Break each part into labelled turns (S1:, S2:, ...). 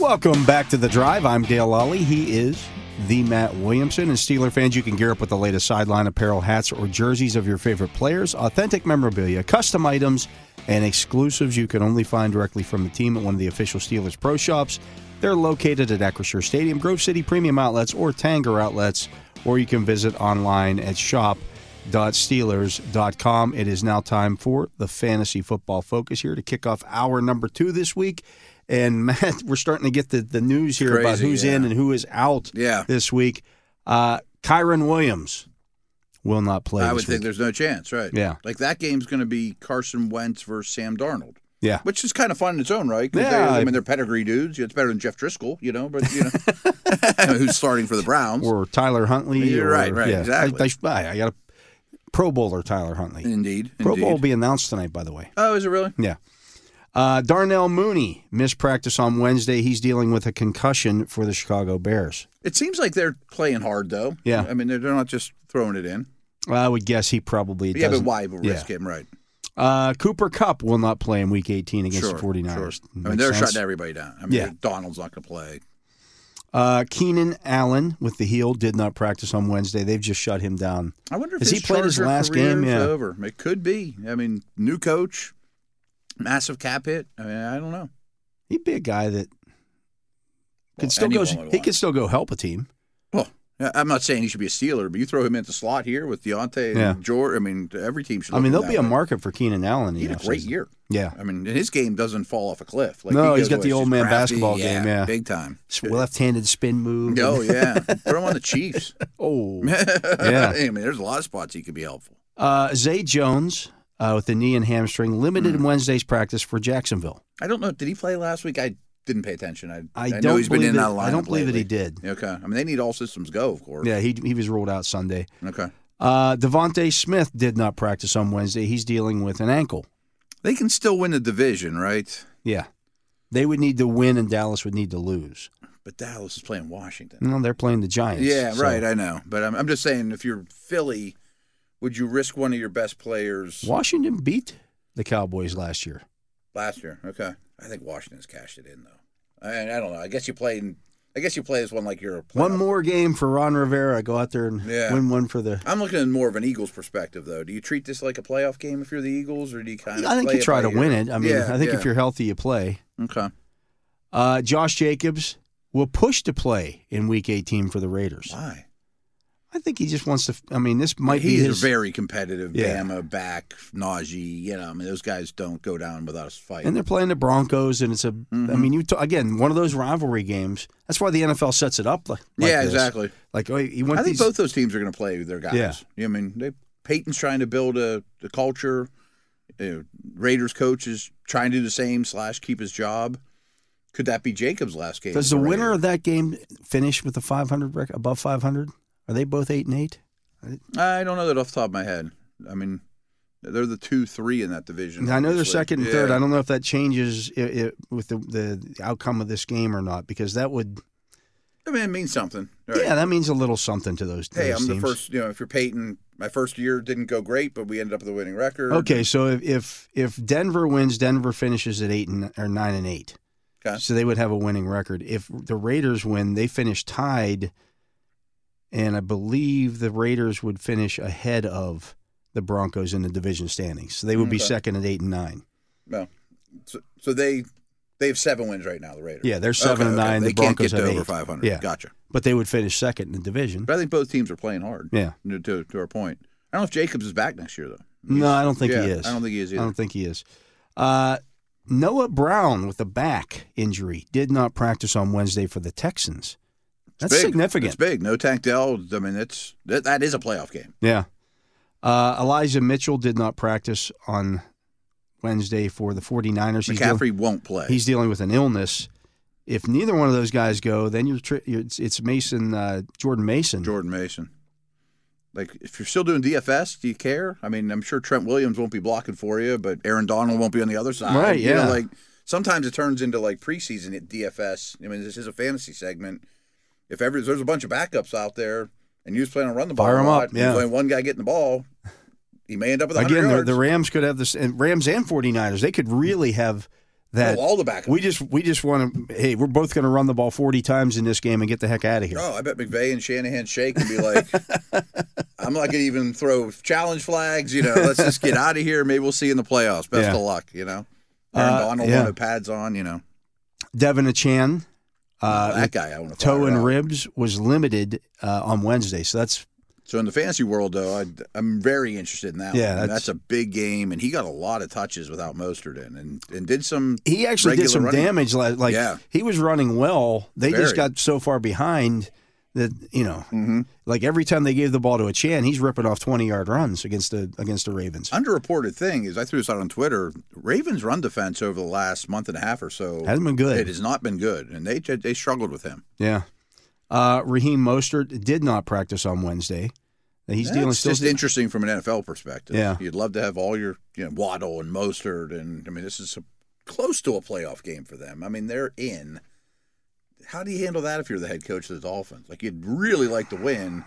S1: Welcome back to the drive. I'm Dale Lally. He is the Matt Williamson. And Steeler fans, you can gear up with the latest sideline apparel, hats, or jerseys of your favorite players, authentic memorabilia, custom items, and exclusives you can only find directly from the team at one of the official Steelers Pro Shops. They're located at Acrisure Stadium, Grove City Premium Outlets, or Tanger Outlets, or you can visit online at shop.steelers.com. It is now time for the fantasy football focus here to kick off hour number two this week. And Matt, we're starting to get the, the news here about
S2: Crazy,
S1: who's
S2: yeah.
S1: in and who is out
S2: Yeah.
S1: this week. Uh, Kyron Williams will not play.
S2: I
S1: this
S2: would think
S1: week.
S2: there's no chance, right?
S1: Yeah.
S2: Like that game's going to be Carson Wentz versus Sam Darnold.
S1: Yeah.
S2: Which is kind of fun in its own right. 'cause they-
S1: Yeah.
S2: I mean, they're pedigree dudes. It's better than Jeff Driscoll, you know, but, you know, who's starting for the Browns.
S1: or Tyler Huntley.
S2: You're
S1: or-
S2: right, right,
S1: yeah.
S2: exactly.
S1: I, I- I got a Pro Bowler Tyler Huntley.
S2: Indeed.
S1: Pro
S2: indeed.
S1: Bowl will be announced tonight, by the way.
S2: Oh, is it really?
S1: Yeah. Uh, Darnell Mooney missed practice on Wednesday. He's dealing with a concussion for the Chicago Bears.
S2: It seems like they're playing hard, though.
S1: Yeah.
S2: I mean, they're they're not just throwing it in.
S1: I would guess he probably
S2: yeah, but
S1: doesn't-
S2: why would
S1: yeah.
S2: risk him, right?
S1: Uh, Cooper Cup will not play in Week 18 against
S2: Sure.
S1: the 49ers.
S2: Sure. I mean,
S1: Makes
S2: they're
S1: sense.
S2: shutting everybody down. I mean,
S1: Yeah.
S2: Donald's not going to play.
S1: Uh, Keenan Allen with the heel did not practice on Wednesday. They've just shut him down.
S2: I wonder if
S1: Has
S2: his
S1: he played his
S2: Charger
S1: last
S2: career
S1: game?
S2: is
S1: Yeah.
S2: over. It could be. I mean, new coach, massive cap hit. I mean, I don't know.
S1: He'd be a guy that could
S2: Well,
S1: still go.
S2: anyone would
S1: He
S2: want.
S1: could still go help a team.
S2: Well, I- I'm not saying he should be a Steeler, but you throw him into slot here with Deontay and
S1: Yeah.
S2: George. I mean, every team should.
S1: I
S2: look
S1: mean,
S2: at
S1: there'll be
S2: that
S1: a
S2: way.
S1: market for Keenan Allen. in
S2: He
S1: the
S2: had a great
S1: offseason.
S2: year.
S1: Yeah,
S2: I mean, and his game doesn't fall off a cliff.
S1: No,
S2: he
S1: he's
S2: goes
S1: got the
S2: away,
S1: old
S2: just
S1: man
S2: crafty,
S1: basketball game, yeah.
S2: big time.
S1: It's a left-handed spin move.
S2: No, Oh, yeah, throw him on the Chiefs.
S1: oh,
S2: yeah, I mean, there's a lot of spots he could be helpful.
S1: uh, Zay Jones uh, with the knee and hamstring limited in
S2: Hmm.
S1: Wednesday's practice for Jacksonville.
S2: I don't know. Did he play last week? I didn't pay attention. I,
S1: I
S2: know
S1: don't
S2: he's been
S1: believe
S2: in
S1: that-
S2: and out of
S1: I don't
S2: lineup
S1: believe that he
S2: lately.
S1: did.
S2: Okay. I mean, they need all systems go, of course.
S1: Yeah, he he was ruled out Sunday.
S2: Okay.
S1: Uh, Devonte Smith did not practice on Wednesday. He's dealing with an ankle.
S2: They can still win the division, right?
S1: Yeah, they would need to win, and Dallas would need to lose.
S2: But Dallas is playing Washington.
S1: No, they're playing the Giants.
S2: Yeah,
S1: so-
S2: right. I know, but I'm, I'm just saying, if you're Philly, would you risk one of your best players
S1: Washington beat the Cowboys last year.
S2: last year? Okay, I think Washington's cashed it in though. I, I don't know. I guess you play. in- I guess you play this one like you're a playoff.
S1: One more game for Ron Rivera. Go out there and
S2: Yeah.
S1: win one for the.
S2: I'm looking at more of an Eagles perspective though. Do you treat this like a playoff game if you're the Eagles, or do you kind of?
S1: I think
S2: play
S1: you try
S2: by
S1: to
S2: ear?
S1: win it. I mean,
S2: Yeah,
S1: I think
S2: yeah.
S1: if you're healthy, you play.
S2: okay,
S1: Uh, Josh Jacobs will push to play in Week 18 for the Raiders.
S2: why?
S1: I think he just wants to. I mean, this might
S2: He's
S1: be his.
S2: very competitive.
S1: Yeah.
S2: Bama back, Najee. You know, I mean, those guys don't go down without a fight.
S1: and they're playing the Broncos, and it's a. I
S2: Mm-hmm.
S1: mean, you t- again one of those rivalry games. That's why the NFL sets it up like. like
S2: yeah,
S1: this.
S2: exactly.
S1: Like oh, you want
S2: I think
S1: these-
S2: both those teams are going to play their guys.
S1: Yeah.
S2: I mean, they Peyton's trying to build a, a culture. Uh, Raiders coach is trying to do the same slash keep his job. Could that be Jacob's last game?
S1: Does
S2: as
S1: the
S2: a
S1: winner
S2: Raider?
S1: of that game finish with a 500 record above 500? Are they both eight and eight?
S2: I don't know that off the top of my head. I mean, they're the two three in that division.
S1: I know they're
S2: obviously.
S1: second and third.
S2: Yeah.
S1: I don't know if that changes i i with the, the outcome of this game or not, because that would
S2: I mean, it means something. right?
S1: yeah, that means a little something to those,
S2: Hey,
S1: those
S2: I'm the
S1: teams.
S2: first. You know, if you're Peyton, my first year didn't go great, but we ended up with a winning record.
S1: Okay, so if, if if Denver wins, Denver finishes at eight and or nine and eight,
S2: Okay.
S1: so they would have a winning record. If the Raiders win, they finish tied, and I believe the Raiders would finish ahead of the Broncos in the division standings, so they would be
S2: Okay.
S1: second at eight and nine.
S2: No. So, so they they have seven wins right now. The Raiders.
S1: Yeah, they're seven
S2: Okay,
S1: and
S2: okay.
S1: nine.
S2: They
S1: the Broncos
S2: can't get to
S1: have
S2: over
S1: eight.
S2: 500.
S1: Yeah,
S2: Gotcha.
S1: but they would finish second in the division.
S2: But I think both teams are playing hard.
S1: Yeah.
S2: To, to, to our point, I don't know if Jacobs is back next year though.
S1: No, I don't think
S2: yeah,
S1: he is.
S2: I don't think he is
S1: I
S2: either.
S1: don't think he is. Uh, Noah Brown with a back injury did not practice on Wednesday for the Texans. That's
S2: It's big.
S1: significant.
S2: It's big. No Tank Dell. I mean, it's that, that is a playoff game.
S1: Yeah. Uh, Elijah Mitchell did not practice on Wednesday for the 49ers. He's dealing-
S2: McCaffrey won't play.
S1: he's dealing with an illness. If neither one of those guys go, then you tri- you- it's, it's Mason uh, Jordan Mason.
S2: Jordan Mason. Like, if you're still doing DFS, do you care? I mean, I'm sure Trent Williams won't be blocking for you, but Aaron Donald won't be on the other side.
S1: Right,
S2: You know,
S1: yeah.
S2: like, sometimes it turns into like preseason at DFS. I mean, this is a fantasy segment. If ever there's a bunch of backups out there and you was planning on run the ball,
S1: Fire
S2: a
S1: 'em
S2: lot,
S1: up, yeah.
S2: there's only one guy getting the ball, he may end up with 100
S1: Again, the,
S2: yards.
S1: the Rams could have this, and Rams and 49ers, they could really have that.
S2: Oh, all the backups.
S1: We just we just want to. Hey, we're both going to run the ball 40 times in this game and get the heck out of here.
S2: Oh, I bet McVay and Shanahan shake and be like, I'm not going to even throw challenge flags. You know, let's just get out of here. Maybe we'll see you in the playoffs. Best
S1: Yeah.
S2: of luck, you know.
S1: Uh,
S2: Aaron Donald,
S1: yeah.
S2: no pads on, you know.
S1: Devin Achan, uh,
S2: that guy, I want to
S1: toe and
S2: out.
S1: ribs was limited uh, on Wednesday, so that's
S2: So in the fantasy world, though, I, I'm very interested in that.
S1: Yeah,
S2: one.
S1: that's-
S2: That's, a big game, and he got a lot of touches without Mostert in, and and did some.
S1: he actually did
S2: regular
S1: some
S2: running.
S1: damage. Like, like
S2: Yeah.
S1: he was running well. They just
S2: Very. Mm-hmm.
S1: got so far behind that you know, like every time they gave the ball to a Chan, he's ripping off twenty yard runs against the against the Ravens.
S2: Underreported thing is, I threw this out on Twitter. Ravens' run defense over the last month and a half or so
S1: Hasn't been good.
S2: It has not been good, and they they struggled with him.
S1: Yeah. Uh, Raheem Mostert did not practice on Wednesday. He's
S2: That's
S1: dealing still.
S2: just interesting from an NFL perspective.
S1: Yeah.
S2: you'd love to have all your you know Waddle and Mostert, and I mean this is a, close to a playoff game for them. I mean they're in. How do you handle that if you're the head coach of the Dolphins? Like you'd really like to win,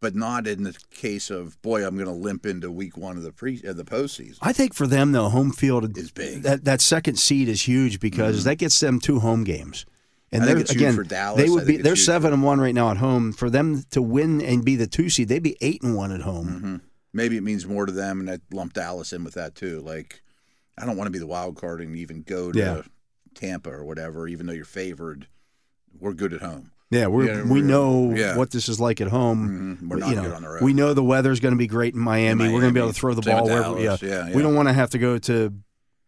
S2: but not in the case of boy, I'm going to limp into Week One of the pre of the postseason.
S1: I think for them though, home field
S2: Is big. Mm-hmm.
S1: That that second seed is huge because that gets them two home games. And
S2: I think
S1: they're-
S2: it's huge
S1: again,
S2: for Dallas.
S1: they
S2: I
S1: would
S2: think
S1: be
S2: it's
S1: they're
S2: huge for-
S1: seven and one right now at home. For them to win and be the two seed, they'd be eight and one at home.
S2: Maybe it means more to them, and I lumped Dallas in with that too. Like I don't want to be the wild card and even go to
S1: Yeah.
S2: Tampa or whatever, even though you're favored. We're good at home.
S1: Yeah, we're,
S2: Yeah,
S1: we
S2: we're-
S1: know
S2: yeah.
S1: what this is like at home.
S2: Mhm. We're
S1: We-
S2: not
S1: you know,
S2: good on the road.
S1: We know the weather's going to be great in Miami.
S2: In
S1: We're going to be
S2: Miami.
S1: able to throw the
S2: Same
S1: ball
S2: with
S1: wherever.
S2: Dallas.
S1: Yeah.
S2: Yeah,
S1: we
S2: yeah.
S1: don't want to have to go to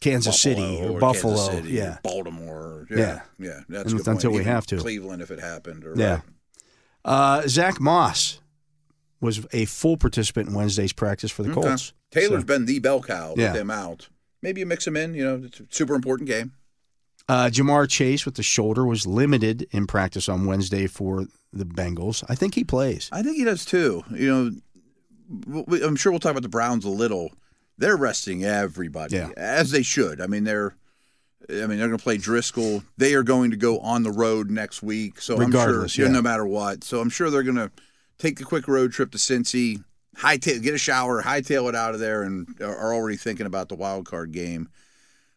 S1: Kansas City
S2: Buffalo
S1: or,
S2: or
S1: Buffalo.
S2: Kansas City or
S1: yeah,
S2: Baltimore.
S1: Yeah.
S2: Yeah, yeah, that's a
S1: And
S2: good point.
S1: until we
S2: Even
S1: have to.
S2: Cleveland, if it happened, or
S1: Yeah.
S2: right.
S1: Uh, Zach Moss was a full participant in Wednesday's practice for the
S2: Okay.
S1: Colts.
S2: Taylor's
S1: So,
S2: been the bell cow with
S1: Yeah.
S2: them out. Maybe you mix them in. You know, it's a super important game.
S1: uh, Jamar Chase with the shoulder was limited in practice on Wednesday for the Bengals. I think he plays.
S2: I think he does too. You know, w- w- I'm sure we'll talk about the Browns a little. They're resting everybody
S1: Yeah.
S2: as they should. I mean, they're. I mean, they're going to play Driscoll. They are going to go on the road next week. So I'm
S1: Regardless,
S2: sure,
S1: yeah.
S2: no matter what. So I'm sure they're going to take the quick road trip to Cincy, hightail, get a shower, hightail it out of there, and are are already thinking about the wild card game.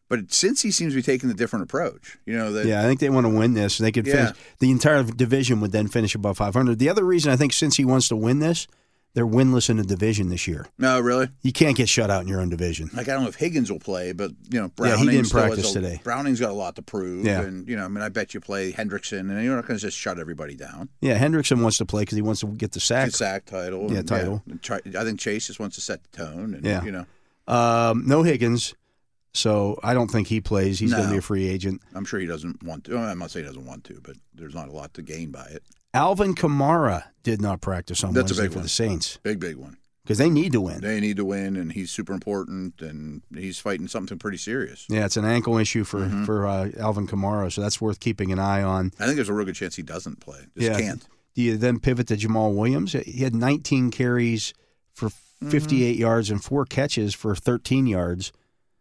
S2: But Cincy seems to be taking a different approach. You know that
S1: Yeah, I think they want to win this. They could finish
S2: Yeah.
S1: the entire division would then finish above 500. The other reason I think since he wants to win this, they're winless in the division this year.
S2: no, really.
S1: You can't get shut out in your own division.
S2: like I don't know if Higgins will play, but you know
S1: Yeah,
S2: Browning
S1: he didn't
S2: still has
S1: practice
S2: a-
S1: today.
S2: Browning's got a lot to prove,
S1: Yeah.
S2: and you know I mean I bet you play Hendrickson, and you're not going to just shut everybody down.
S1: Yeah, Hendrickson wants to play because he wants to get the sack.
S2: The sack title, and,
S1: Yeah, title.
S2: and try- I think Chase just wants to set the tone, and
S1: Yeah.
S2: you know
S1: Um, no Higgins, so I don't think he plays. He's going to
S2: No.
S1: be a free agent.
S2: I'm sure he doesn't want to. Well, I'm not saying he doesn't want to, but there's not a lot to gain by it.
S1: Alvin Kamara did not practice on
S2: That's a
S1: Wednesday
S2: big
S1: for
S2: one.
S1: the Saints
S2: Big big one.
S1: because they need to win.
S2: They need to win, and he's super important, and he's fighting something pretty serious.
S1: Yeah, it's an ankle issue for
S2: Mm-hmm.
S1: for uh, Alvin Kamara, so that's worth keeping an eye on.
S2: I think there's a real good chance he doesn't play. Just
S1: yeah,
S2: can't.
S1: Do you then pivot to Jamal Williams? He had 19 carries for
S2: Mm-hmm.
S1: 58 yards and four catches for 13 yards.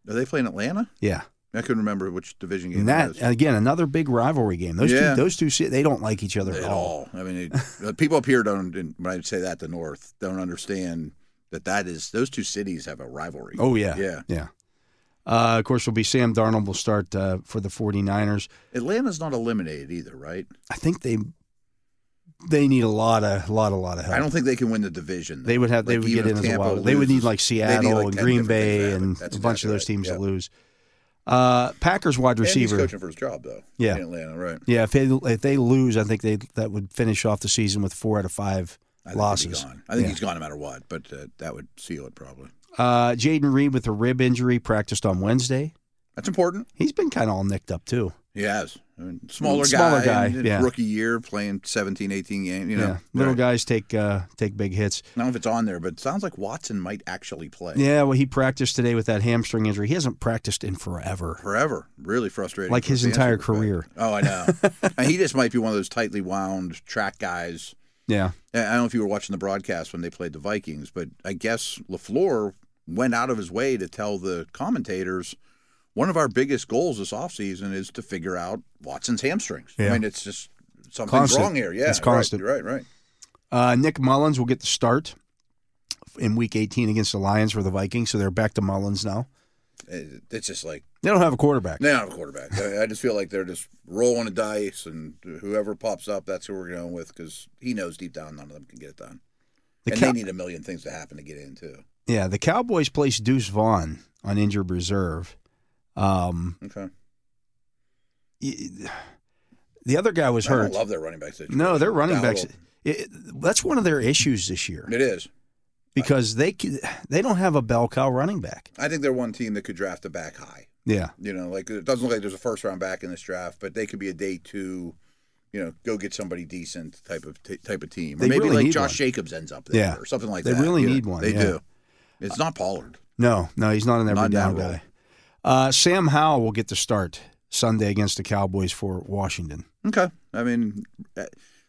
S2: Are they playing Atlanta?
S1: Yeah,
S2: I couldn't remember which division game
S1: and
S2: it
S1: that
S2: is.
S1: again another big rivalry game. Those
S2: Yeah.
S1: two, those two, se- they don't like each other at,
S2: at all. I mean, it, uh, people up here don't. and When I say that, the North don't understand that that is those two cities have a rivalry.
S1: Oh yeah,
S2: yeah.
S1: yeah. Uh, of course, will be Sam Darnold will start uh, for the 49ers.
S2: Atlanta's not eliminated either, right?
S1: I think they they need a lot of lot a lot of help.
S2: I don't think they can win the division.
S1: Uh, They would have. They
S2: Like,
S1: would
S2: even
S1: get in
S2: if
S1: as a
S2: Tampa
S1: wild. They would
S2: loses,
S1: need like
S2: they need,
S1: Seattle
S2: like,
S1: and
S2: 10
S1: Green
S2: different things to
S1: Bay
S2: happen.
S1: and
S2: That's
S1: a bunch of
S2: exactly
S1: those
S2: right.
S1: teams
S2: Yeah.
S1: to lose. Uh, Packers wide
S2: And he's
S1: receiver.
S2: coaching for his job though.
S1: Yeah.
S2: in Atlanta, right?
S1: Yeah, if they if they lose, I think they that would finish off the season with four out of five
S2: I think he'd be
S1: losses.
S2: gone. I think
S1: Yeah.
S2: he's gone no matter what, but uh, that would seal it probably.
S1: Uh, Jaden Reed with a rib injury practiced on Wednesday.
S2: That's important.
S1: He's been kind of all nicked up too.
S2: He has. I mean, smaller,
S1: Smaller guy,
S2: in his
S1: yeah.
S2: Rookie year, playing 17, 18 games. You know,
S1: yeah, little
S2: Right.
S1: guys take uh, take big hits.
S2: I don't know if it's on there, but it sounds like Watson might actually play.
S1: Yeah, well, he practiced today with that hamstring injury. He hasn't practiced in forever.
S2: Forever. Really frustrating.
S1: Like
S2: for a
S1: his
S2: fan's
S1: entire
S2: perspective.
S1: career.
S2: Oh, I know. and he just might be one of those tightly wound track guys.
S1: Yeah,
S2: I I don't know if you were watching the broadcast when they played the Vikings, but I guess LaFleur went out of his way to tell the commentators one of our biggest goals this offseason is to figure out Watson's hamstrings. I
S1: Yeah.
S2: mean, it's just something's
S1: Constant.
S2: wrong here. Yeah,
S1: It's constant.
S2: Right, right, right.
S1: uh, Nick Mullins will get the start in Week 18 against the Lions for the Vikings, so they're back to Mullins now.
S2: It- It's just like
S1: They don't have a quarterback.
S2: They don't have a quarterback. I I just feel like they're just rolling the dice, and whoever pops up, that's who we're going with because he knows deep down none of them can get it done.
S1: The
S2: and
S1: Cow-
S2: they need a million things to happen to get in, too.
S1: yeah, the Cowboys placed Deuce Vaughn on injured reserve. Um,
S2: Okay.
S1: y- the other guy was
S2: I don't
S1: hurt.
S2: love their running back situation.
S1: No, their running
S2: Dowdle.
S1: backs. It, that's one of their issues this year
S2: It is.
S1: because they c- they don't have a bell cow running back.
S2: I think they're one team that could draft a back high.
S1: Yeah,
S2: You know, like it doesn't look like there's a first round back in this draft, but they could be a day two, you know, go get somebody decent type of t- type of team. Or
S1: They
S2: maybe
S1: really
S2: like
S1: need
S2: Josh
S1: one.
S2: Jacobs ends up there
S1: Yeah.
S2: or something like
S1: They
S2: that.
S1: really
S2: You know,
S1: need one,
S2: They
S1: yeah.
S2: do. It's not Pollard.
S1: no, no, he's not an every
S2: Not
S1: down
S2: that role.
S1: guy. Uh, Sam Howell will get the start Sunday against the Cowboys for Washington.
S2: Okay. I mean, uh,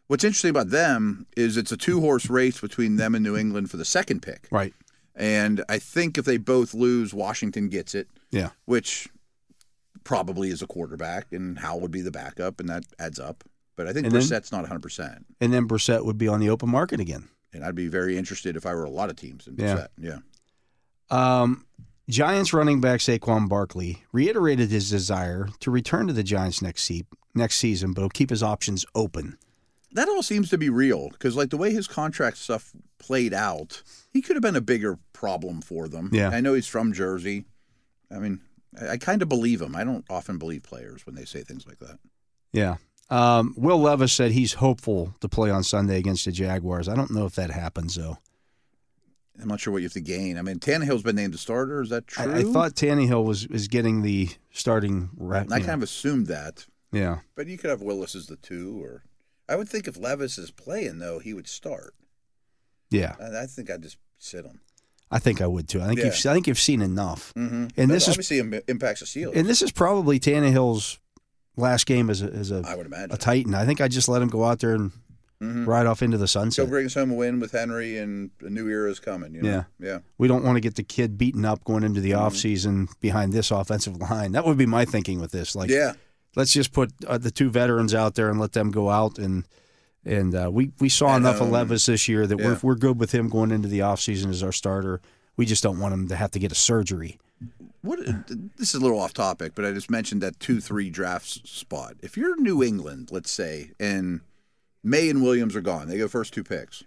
S2: what's interesting about them is it's a two horse race between them and New England for the second pick.
S1: Right.
S2: And I think if they both lose, Washington gets it,
S1: Yeah.
S2: which probably is a quarterback, and Howell would be the backup, and that adds up. But I think
S1: And then-
S2: Brissett's not 100%.
S1: And then Brissett would be on the open market again.
S2: And I'd be very interested if I were a lot of teams in
S1: Yeah.
S2: Brissett. Yeah.
S1: Um, Giants running back Saquon Barkley reiterated his desire to return to the Giants next se- next season, but will keep his options open.
S2: That all seems to be real because, like, the way his contract stuff played out, he could have been a bigger problem for them.
S1: Yeah.
S2: I know he's from Jersey. I mean, I, I kind of believe him. I don't often believe players when they say things like that.
S1: Yeah. Um, Will Levis said he's hopeful to play on Sunday against the Jaguars. I don't know if that happens though.
S2: I'm not sure what you have to gain. I mean, Tannehill's been named the starter. Is that
S1: I,
S2: true?
S1: I thought Tannehill was is getting the starting. Ra-
S2: I kind of assumed that,
S1: yeah.
S2: but you could have Willis as the two, or I would think if Levis is playing though, he would start.
S1: yeah.
S2: And I think I'd just sit him.
S1: I think I would too. I think
S2: Yeah.
S1: you've I think you've seen enough.
S2: Mm-hmm.
S1: And this is
S2: obviously im- impacts the Steelers.
S1: and this is probably Tannehill's last game as a as
S2: I
S1: a,
S2: would imagine.
S1: a Titan. I think I just let him go out there and
S2: Mhm.
S1: ride off into the
S2: So
S1: sunset.
S2: bring us home a win with Henry, and a new era is coming. You know? Yeah, yeah.
S1: we don't want to get the kid beaten up going into the
S2: Mm-hmm.
S1: off season offseason behind this offensive line. That would be my thinking with this. Like,
S2: yeah,
S1: let's just put uh, the two veterans out there and let them go out and and uh, we we saw
S2: And,
S1: enough
S2: um,
S1: of Levis this year that we're
S2: yeah.
S1: we're good with him going into the offseason as our starter. We just don't want him to have to get a surgery.
S2: What? uh, This is a little off topic, but I just mentioned that two three drafts spot. If you're New England, let's say, and May and Williams are gone, they go first two picks.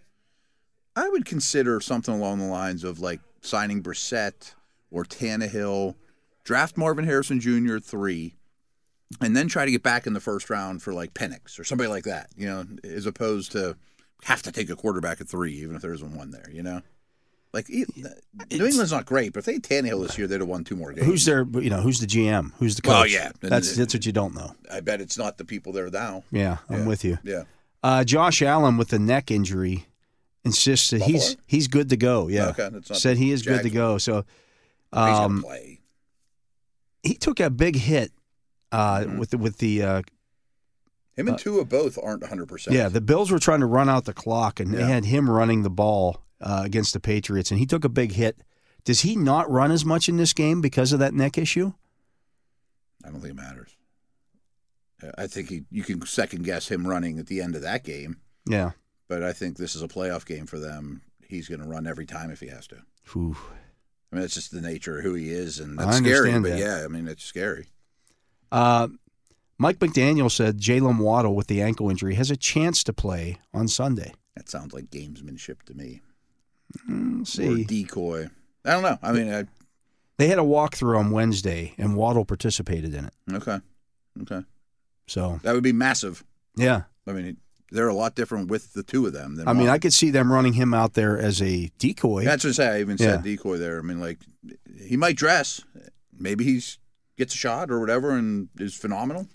S2: I would consider something along the lines of like signing Brissett or Tannehill, draft Marvin Harrison Jr. at three, and then try to get back in the first round for like Penix or somebody like that. You know, as opposed to have to take a quarterback at three, even if there isn't one there. You know. Like e- New England's not great, but if they had Tannehill this year, they'd have won two more games.
S1: Who's their you know who's the GM? Who's the coach?
S2: Well, yeah.
S1: that's that's what you don't know.
S2: I bet it's not the people there now.
S1: Yeah, I'm
S2: Yeah.
S1: with you.
S2: Yeah.
S1: Uh, Josh Allen with the neck injury insists that he's
S2: Buffalo?
S1: he's good to go. Yeah,
S2: Okay, that's not
S1: said he is good to
S2: Jags.
S1: go. So
S2: He's
S1: um,
S2: gonna play.
S1: he took a big hit uh,
S2: Mm-hmm.
S1: with the, with the uh,
S2: Him and Tua both aren't 100. percent
S1: yeah the Bills were trying to run out the clock and they
S2: Yeah.
S1: had him running the ball uh, against the Patriots and he took a big hit. Does he not run as much in this game because of that neck issue?
S2: I don't think it matters. I think he, you can second guess him running at the end of that game,
S1: Yeah.
S2: but I think this is a playoff game for them. He's going to run every time if he has to.
S1: Whew.
S2: I mean, that's just the nature of who he is, and
S1: I
S2: that's scary.
S1: understand
S2: But
S1: that.
S2: yeah, I mean, it's scary.
S1: Uh, Mike McDaniel said Jalen Waddle with the ankle injury has a chance to play on Sunday.
S2: That sounds like gamesmanship to me.
S1: We'll
S2: Or
S1: see,
S2: decoy. I don't know. I mean, I,
S1: they had a walkthrough on Wednesday and Waddle participated in it.
S2: okay, okay,
S1: So
S2: that would be massive.
S1: yeah,
S2: I mean, they're a lot different with the two of them. Than
S1: I mean
S2: one.
S1: I could see them running him out there as a decoy.
S2: That's what I say. I even said decoy there. I mean, like he might dress. Maybe he's gets a shot or whatever and is phenomenal.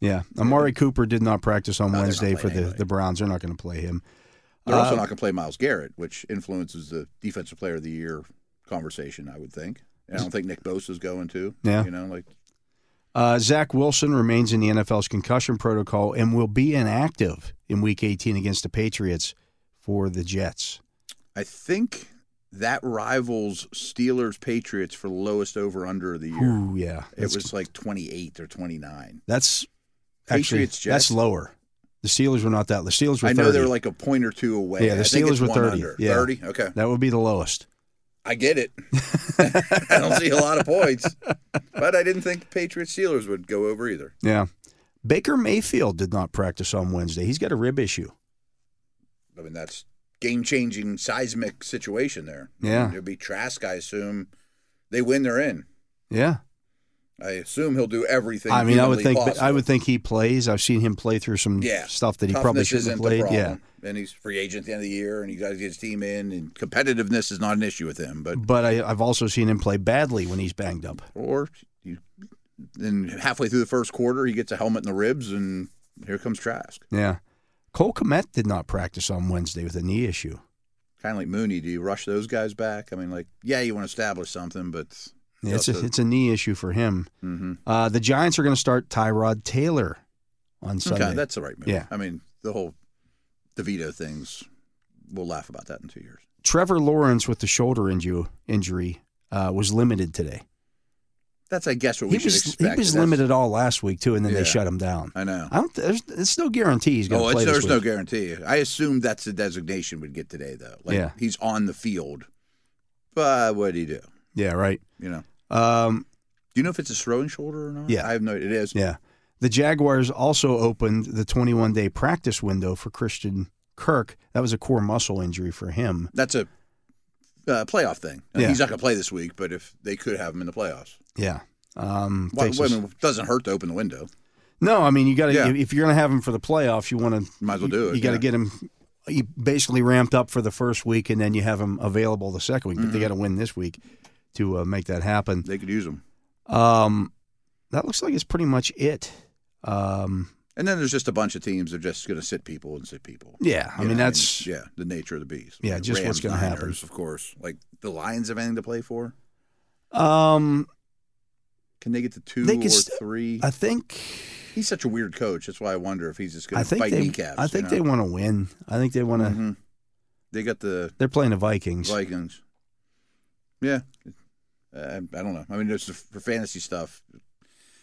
S1: Yeah, Amari Cooper did not practice on
S2: No, they're not
S1: Wednesday for
S2: playing
S1: the,
S2: anyway.
S1: the Browns. They're not going to play him.
S2: They're also
S1: Uh,
S2: not going to play Miles Garrett, which influences the defensive player of the year conversation, I would think. And I don't think Nick Bosa's going to.
S1: Yeah.
S2: You know, like
S1: Uh, Zach Wilson remains in the NFL's concussion protocol and will be inactive in Week 18 against the Patriots for the Jets.
S2: I think that rivals Steelers Patriots for lowest over under of the year.
S1: Ooh, yeah,
S2: it
S1: Hmm, that's,
S2: was like 28 or 29.
S1: that's actually
S2: Patriots, Jets.
S1: that's lower. The Steelers were not that. The Steelers were
S2: I
S1: 30.
S2: know they were like a point or two away.
S1: Yeah, the
S2: I think
S1: Steelers
S2: it's
S1: were
S2: one
S1: 30,
S2: Under.
S1: yeah.
S2: 30? Okay.
S1: that would be the lowest.
S2: I get it. I don't see a lot of points, but I didn't think Patriots Steelers would go over either.
S1: Yeah, Baker Mayfield did not practice on Wednesday. He's got a rib issue.
S2: I mean, that's game changing, seismic situation there.
S1: Yeah.
S2: It'd be Trask, I assume. They win, they're in.
S1: Yeah,
S2: I assume he'll do everything.
S1: I mean, I would
S2: humanly
S1: think
S2: possible.
S1: I would think he plays. I've seen him play through some
S2: yeah.
S1: stuff that he
S2: Toughness
S1: probably shouldn't have
S2: isn't the
S1: played. Yeah,
S2: problem. And he's free agent at the end of the year, and he got to get his team in, and competitiveness is not an issue with him. But,
S1: but I, I've also seen him play badly when he's banged up.
S2: or you, then halfway through the first quarter, he gets a helmet in the ribs, and here comes Trask.
S1: Yeah. Cole Komet did not practice on Wednesday with a knee issue.
S2: Kind of like Mooney, do you rush those guys back? I mean, like, yeah, you want to establish something, but you
S1: It's a,
S2: also-
S1: it's a knee issue for him.
S2: Mhm.
S1: Uh, the Giants are going to start Tyrod Taylor on Sunday.
S2: okay, that's the right move.
S1: Yeah.
S2: I mean, the whole DeVito things. We'll laugh about that in two years.
S1: Trevor Lawrence with the shoulder inju- injury uh, was limited today.
S2: That's, I guess, what we
S1: he
S2: should
S1: was
S2: expect.
S1: he was
S2: That's-
S1: limited all last week too, and then
S2: Yeah.
S1: they shut him down.
S2: I know.
S1: I don't. There's, there's no guarantee he's going to
S2: Oh,
S1: play
S2: it's,
S1: this
S2: there's
S1: week.
S2: no guarantee. I assume that's the designation we'd get today, though. Like
S1: Yeah.
S2: he's on the field, but what do you do?
S1: yeah, right.
S2: You know,
S1: Um,
S2: do you know if it's a throwing shoulder or not?
S1: Yeah.
S2: I have no. It is.
S1: Yeah. The Jaguars also opened the 21 day practice window for Christian Kirk. That was a core muscle injury for him.
S2: That's a uh, playoff thing. Now,
S1: Yeah.
S2: He's not going to play this week, but if they could have him in the playoffs,
S1: Yeah. Um,
S2: well,
S1: takes
S2: I
S1: us-
S2: mean, it doesn't hurt to open the window.
S1: no, I mean, you got to,
S2: Yeah.
S1: if you're going to have him for the playoffs, you want to,
S2: Might as well do
S1: You,
S2: it,
S1: got to
S2: yeah.
S1: get him you basically ramped up for the first week and then you have him available the second week. But
S2: Mm-hmm.
S1: they got to win this week to uh, make that happen.
S2: They could use him.
S1: Um, that looks like it's pretty much it. Um,
S2: And then there's just a bunch of teams that are just going to sit people and sit people.
S1: yeah. I
S2: You
S1: mean,
S2: know,
S1: that's,
S2: yeah, the nature of the beast.
S1: Yeah, just what's gonna happen.
S2: Niners, of course. Like the Lions have anything to play for?
S1: um,
S2: Can they get to two
S1: They
S2: or
S1: could st-
S2: three?
S1: I think
S2: He's such a weird coach. That's why I wonder if he's just going
S1: I
S2: to
S1: think
S2: fight
S1: they.
S2: kneecaps.
S1: I think they want to win. I think they want to.
S2: hmm They got the
S1: They're playing the Vikings.
S2: Vikings. Yeah, uh, I don't know. I mean, it's for fantasy stuff.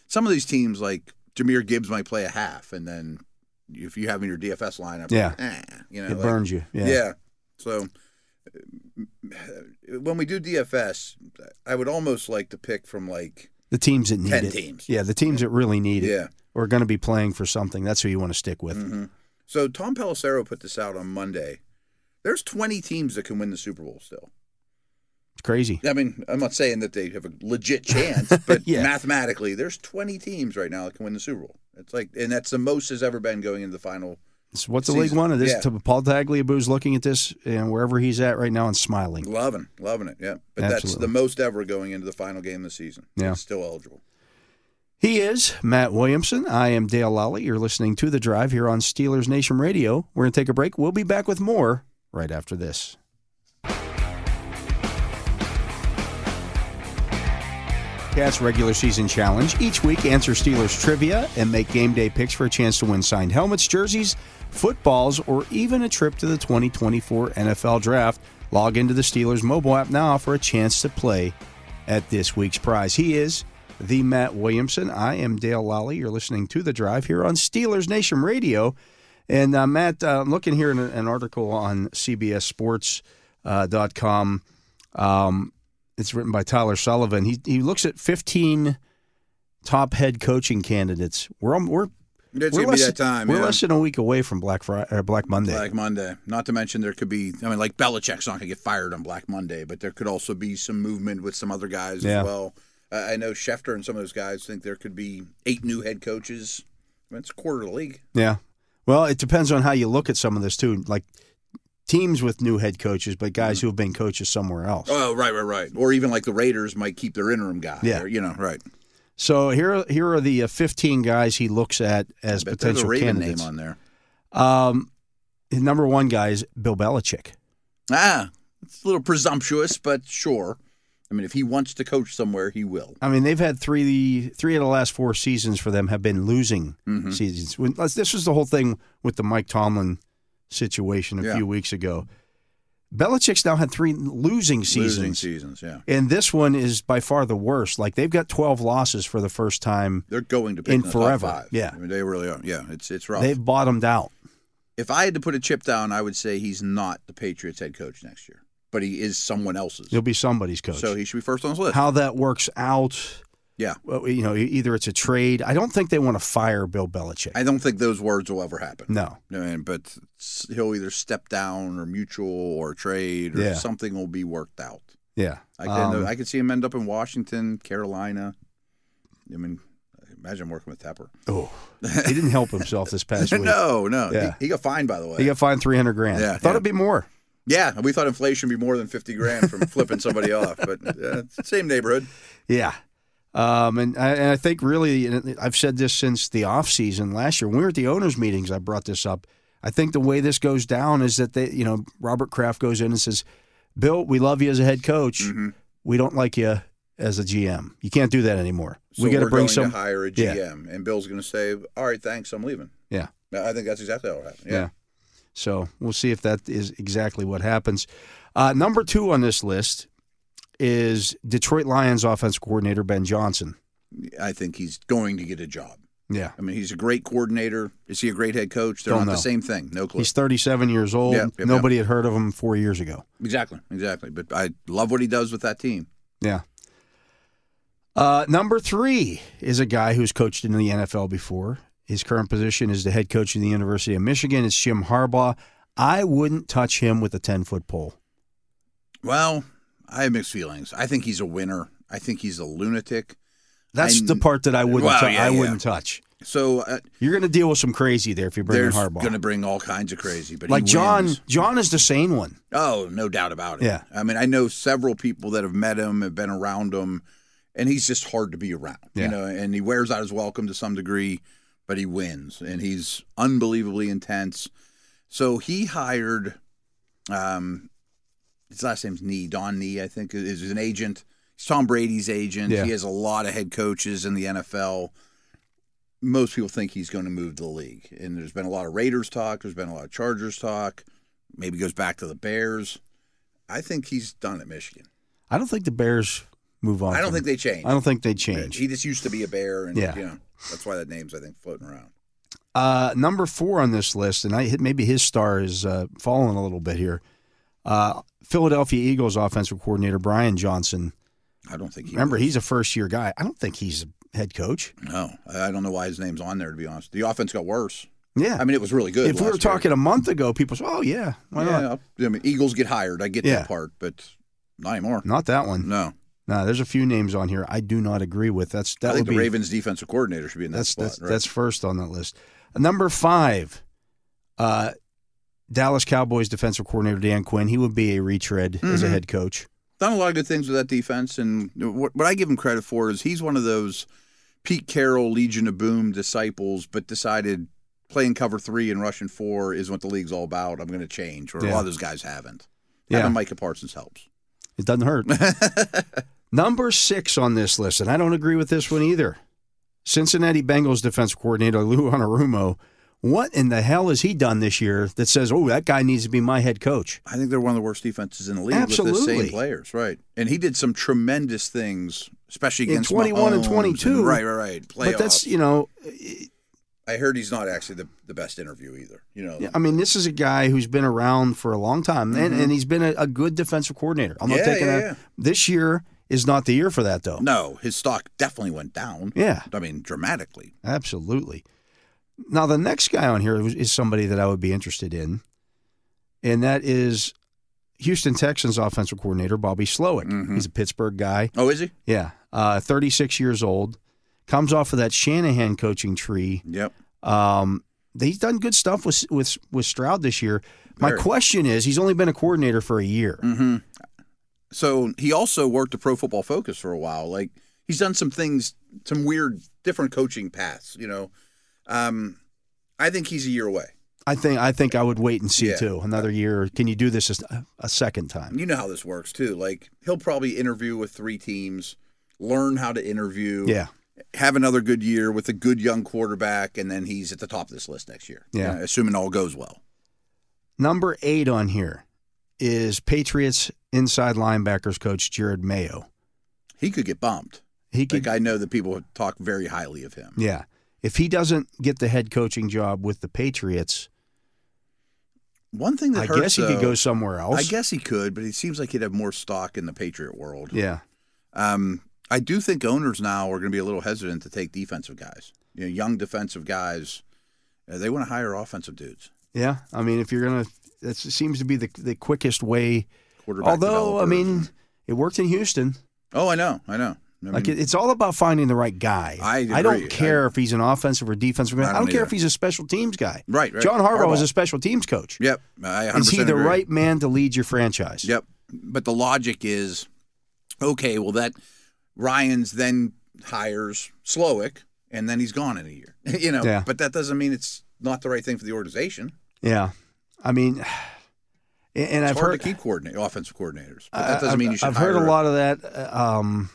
S2: Some of these teams, like Jameer Gibbs, might play a half, and then if you have him in your DFS lineup,
S1: Yeah.
S2: eh, you know,
S1: it
S2: like-
S1: burns you. Yeah.
S2: Yeah. So uh, when we do DFS, I would almost like to pick from like
S1: The teams that need
S2: 10
S1: it.
S2: teams.
S1: Yeah, the teams that really need it.
S2: yeah.
S1: Are going to be playing for something. That's who you want to stick with.
S2: So Tom Pelissero put this out on Monday. There's 20 teams that can win the Super Bowl still.
S1: It's crazy.
S2: I mean, I'm not saying that they have a legit chance, but
S1: Yeah.
S2: mathematically, there's 20 teams right now that can win the Super Bowl. It's like, and that's the most has ever been going into the final.
S1: It's what the
S2: Season-
S1: league wanted. This
S2: yeah.
S1: to Paul Tagliabue's looking at this and wherever he's at right now and smiling.
S2: Loving, loving it, yeah. But that's
S1: Absolutely.
S2: the most ever going into the final game of the season.
S1: Yeah.
S2: It's still eligible.
S1: He is Matt Williamson. I am Dale Lally. You're listening to The Drive here on Steelers Nation Radio. We're going to take a break. We'll be back with more right after this. Cats regular season challenge. Each week, answer Steelers trivia and make game day picks for a chance to win signed helmets, jerseys, footballs, or even a trip to the 2024 NFL Draft. Log into the Steelers mobile app now for a chance to play at this week's prize. He is the Matt Williamson. I am Dale Lally. You're listening to The Drive here on Steelers Nation Radio. And uh, Matt, uh, I'm looking here in a- an article on CBSSports.com. uh, Um, it's written by Tyler Sullivan. He he looks at 15 top head coaching candidates. We're on, we're
S2: It's
S1: we're
S2: going to be
S1: less-
S2: that time.
S1: We're
S2: yeah.
S1: less than a week away from Black Friday or Black Monday.
S2: Black Monday. Not to mention there could be, I mean, like Belichick's not going to get fired on Black Monday, but there could also be some movement with some other guys
S1: Yeah.
S2: as well. Uh, I know Schefter and some of those guys think there could be eight new head coaches. I mean, it's a quarter of the league.
S1: Yeah. Well, it depends on how you look at some of this too. Like teams with new head coaches, but
S2: Mm.
S1: guys who have been coaches somewhere else.
S2: Uh. Oh, right, right, right. Or even like the Raiders might keep their interim guy.
S1: Yeah.
S2: Or, you know, right.
S1: So here, here are the uh, 15 guys he looks at as
S2: But there's a
S1: potential
S2: Raven
S1: candidates.
S2: name on there.
S1: Um, his number one guy is Bill Belichick.
S2: Ah, it's a little presumptuous, but sure. I mean, if he wants to coach somewhere, he will.
S1: I mean, they've had three three of the last four seasons for them have been losing
S2: Mm-hmm.
S1: seasons. When, this was the whole thing with the Mike Tomlin situation a
S2: Yeah.
S1: few weeks ago. Belichick's now had three losing seasons,
S2: Losing seasons, yeah.
S1: and this one is by far the worst. Like they've got twelve losses for the first time.
S2: They're going to pick
S1: In
S2: in the top
S1: forever,
S2: five.
S1: yeah.
S2: I mean, they really are. Yeah, it's it's rough.
S1: They've bottomed out.
S2: if I had to put a chip down, I would say he's not the Patriots head coach next year, but he is someone else's.
S1: He'll be somebody's coach.
S2: So he should be first on his list.
S1: How that works out,
S2: yeah.
S1: well, you know, e- either it's a trade. I don't think they want to fire Bill Belichick.
S2: I don't think those words will ever happen.
S1: no.
S2: I mean, but s- he'll either step down or mutual or trade or
S1: Yeah.
S2: something will be worked out.
S1: Yeah.
S2: I can,
S1: Um,
S2: I could see him end up in Washington, Carolina. I mean, imagine working with Tepper.
S1: oh, he didn't help himself this past week.
S2: no, no.
S1: Yeah.
S2: He, he got fined, by the way.
S1: He got fined three hundred grand.
S2: Yeah,
S1: thought
S2: yeah.
S1: it'd be more.
S2: yeah, we thought inflation would be more than 50 grand from flipping somebody off, but uh, same neighborhood.
S1: Yeah, um, and I, and I think really, and I've said this since the off season last year. When we were at the owners' meetings, I brought this up. I think the way this goes down is that they, you know, Robert Kraft goes in and says, "Bill, we love you as a head coach.
S2: Mm-hmm.
S1: We don't like you as a GM. You can't do that anymore.
S2: So
S1: we got
S2: we're
S1: to bring
S2: going
S1: some."
S2: to hire a
S1: Yeah.
S2: GM, and Bill's going to say, "All right, thanks, I'm leaving."
S1: Yeah.
S2: I think that's exactly how it happened.
S1: Yeah.
S2: Yeah,
S1: So we'll see if that is exactly what happens. Uh, number two on this list is Detroit Lions offense coordinator Ben Johnson.
S2: I think he's going to get a job.
S1: Yeah.
S2: I mean, he's a great coordinator. Is he a great head coach? They're
S1: Don't
S2: not
S1: know.
S2: the same thing. No clue.
S1: He's 37 years old.
S2: Yep, yep,
S1: Nobody had heard of him four years ago.
S2: exactly, exactly. But I love what he does with that team.
S1: Yeah. Uh, number three is a guy who's coached in the NFL before. His current position is the head coach of the University of Michigan. It's Jim Harbaugh. I wouldn't touch him with a 10 foot pole.
S2: Well, I have mixed feelings. I think he's a winner. I think he's a lunatic.
S1: That's
S2: I-
S1: the part that I wouldn't.
S2: Well,
S1: tou-
S2: yeah,
S1: I
S2: yeah.
S1: wouldn't touch.
S2: So uh,
S1: You're going to deal with some crazy there if you bring in
S2: there's
S1: Harbaugh.
S2: going to bring all kinds of crazy. But he
S1: like John,
S2: wins.
S1: John is the sane one.
S2: Oh, no doubt about it.
S1: Yeah.
S2: I mean, I know several people that have met him, have been around him, and he's just hard to be around.
S1: Yeah.
S2: You know, and he wears out his welcome to some degree, but he wins, and he's unbelievably intense. So he hired, um, his last name's Nee, Don Nee, I think, is an agent. He's Tom Brady's agent.
S1: Yeah.
S2: He has a lot of head coaches in the NFL. Most people think he's going to move to the league, and there's been a lot of Raiders talk. There's been a lot of Chargers talk maybe goes back to the Bears. I think he's done at Michigan.
S1: I don't think the Bears move on.
S2: I don't
S1: from
S2: think
S1: him.
S2: they change.
S1: I don't think they change.
S2: He just used to be a bear, and
S1: Yeah.
S2: you know that's why that name's I think floating around.
S1: Uh, number four on this list, and I hit maybe his star is uh, falling a little bit here. Uh, Philadelphia Eagles offensive coordinator Brian Johnson.
S2: I don't think he.
S1: Remember, he's a first year guy. I don't think he's a head coach.
S2: No, I I don't know why his name's on there. To be honest, the offense got worse.
S1: Yeah,
S2: I mean, it was really good.
S1: if we were
S2: last year.
S1: talking a month ago, people say, "Oh yeah, why not?"
S2: yeah, I mean, Eagles get hired. I get
S1: Yeah.
S2: that part, but not anymore.
S1: Not that one.
S2: No,
S1: No, there's a few names on here I do not agree with. That's that
S2: I think
S1: would
S2: the
S1: be
S2: Ravens defensive coordinator should be in that
S1: that's
S2: spot.
S1: that's,
S2: right?
S1: that's first on that list. Number five, uh, Dallas Cowboys defensive coordinator Dan Quinn. He would be a retread as
S2: Mm-hmm.
S1: a head coach.
S2: done a lot of good things with that defense. And what, what I give him credit for is he's one of those Pete Carroll, Legion of Boom disciples, but decided playing cover three and rushing four is what the league's all about. I'm going to change, or a
S1: Yeah.
S2: lot of those guys haven't.
S1: Yeah.
S2: Having Micah Parsons helps.
S1: It doesn't hurt. Number six on this list, and I don't agree with this one either. Cincinnati Bengals defensive coordinator Lou Anarumo. What in the hell has he done this year that says, "Oh, that guy needs to be my head coach"?
S2: I think they're one of the worst defenses in the league with the
S1: Absolutely.
S2: same players, right? And he did some tremendous things, especially
S1: In
S2: against
S1: 21 and
S2: Mahomes
S1: 22.
S2: right, right, right. Playoffs.
S1: But that's you know,
S2: I heard he's not actually the, the best interview either. You know,
S1: I mean, this is a guy who's been around for a long time, and, and he's been a, a good defensive coordinator. I'm not
S2: Mm-hmm. Yeah,
S1: taking
S2: yeah,
S1: that.
S2: yeah.
S1: This year is not the year for that, though.
S2: no, his stock definitely went down.
S1: Yeah.
S2: I mean, dramatically.
S1: Absolutely. Now, the next guy on here is somebody that I would be interested in, and that is Houston Texans offensive coordinator Bobby Slowick. He's a Pittsburgh guy.
S2: Oh, is he?
S1: Yeah, uh, 36 years old. Comes off of that Shanahan coaching tree.
S2: Yep.
S1: Um, he's done good stuff with with with Stroud this year. My
S2: Very.
S1: question is, he's only been a coordinator for a year.
S2: So he also worked at Pro Football Focus for a while. Like he's done some things, some weird, different coaching paths. You know, um, I think he's a year away.
S1: I think I think I would wait and see
S2: Yeah.
S1: too. Another year. Can you do this a, a second time?
S2: And you know how this works too. Like he'll probably interview with three teams, learn how to interview,
S1: Yeah.
S2: have another good year with a good young quarterback, and then he's at the top of this list next year.
S1: Yeah.
S2: You know, assuming all goes well.
S1: Number eight on here is Patriots inside linebackers coach Jared Mayo.
S2: He could get bumped.
S1: He could,
S2: Like I know that people talk very highly of him.
S1: yeah. If he doesn't get the head coaching job with the Patriots,
S2: One thing that
S1: I
S2: hurts,
S1: guess he could
S2: though-
S1: go somewhere else.
S2: I guess he could, but it seems like he'd have more stock in the Patriot world.
S1: Yeah.
S2: Um, I do think owners now are going to be a little hesitant to take defensive guys. You know, young defensive guys, uh, they want to hire offensive dudes.
S1: Yeah. I mean, if you're gonna, that seems to be the the quickest way.
S2: Quarterback.
S1: Although, I
S2: developers.
S1: mean, it worked in Houston.
S2: oh, I know, I know. I
S1: Like
S2: mean,
S1: it, it's all about finding the right guy.
S2: I
S1: I don't
S2: agree.
S1: care if he's an offensive or defensive guy. I
S2: I
S1: don't,
S2: don't
S1: care
S2: either.
S1: if he's a special teams guy.
S2: Right, right.
S1: John Harbaugh, was
S2: Harbaugh.
S1: a special teams coach.
S2: yep. I 100%
S1: Is he the
S2: agree.
S1: right man to lead your franchise?
S2: Yep. But the logic is, okay, well that Ryan's then hires Slowick, and then he's gone in a year. you know,
S1: Yeah.
S2: but that doesn't mean it's not the right thing for the organization.
S1: Yeah. I mean, and and
S2: It's
S1: I've
S2: hard
S1: heard
S2: to keep coordinate offensive coordinators,
S1: I-
S2: but that doesn't
S1: I've-
S2: mean you should.
S1: I've heard a
S2: hire-
S1: lot of that. uh, Um,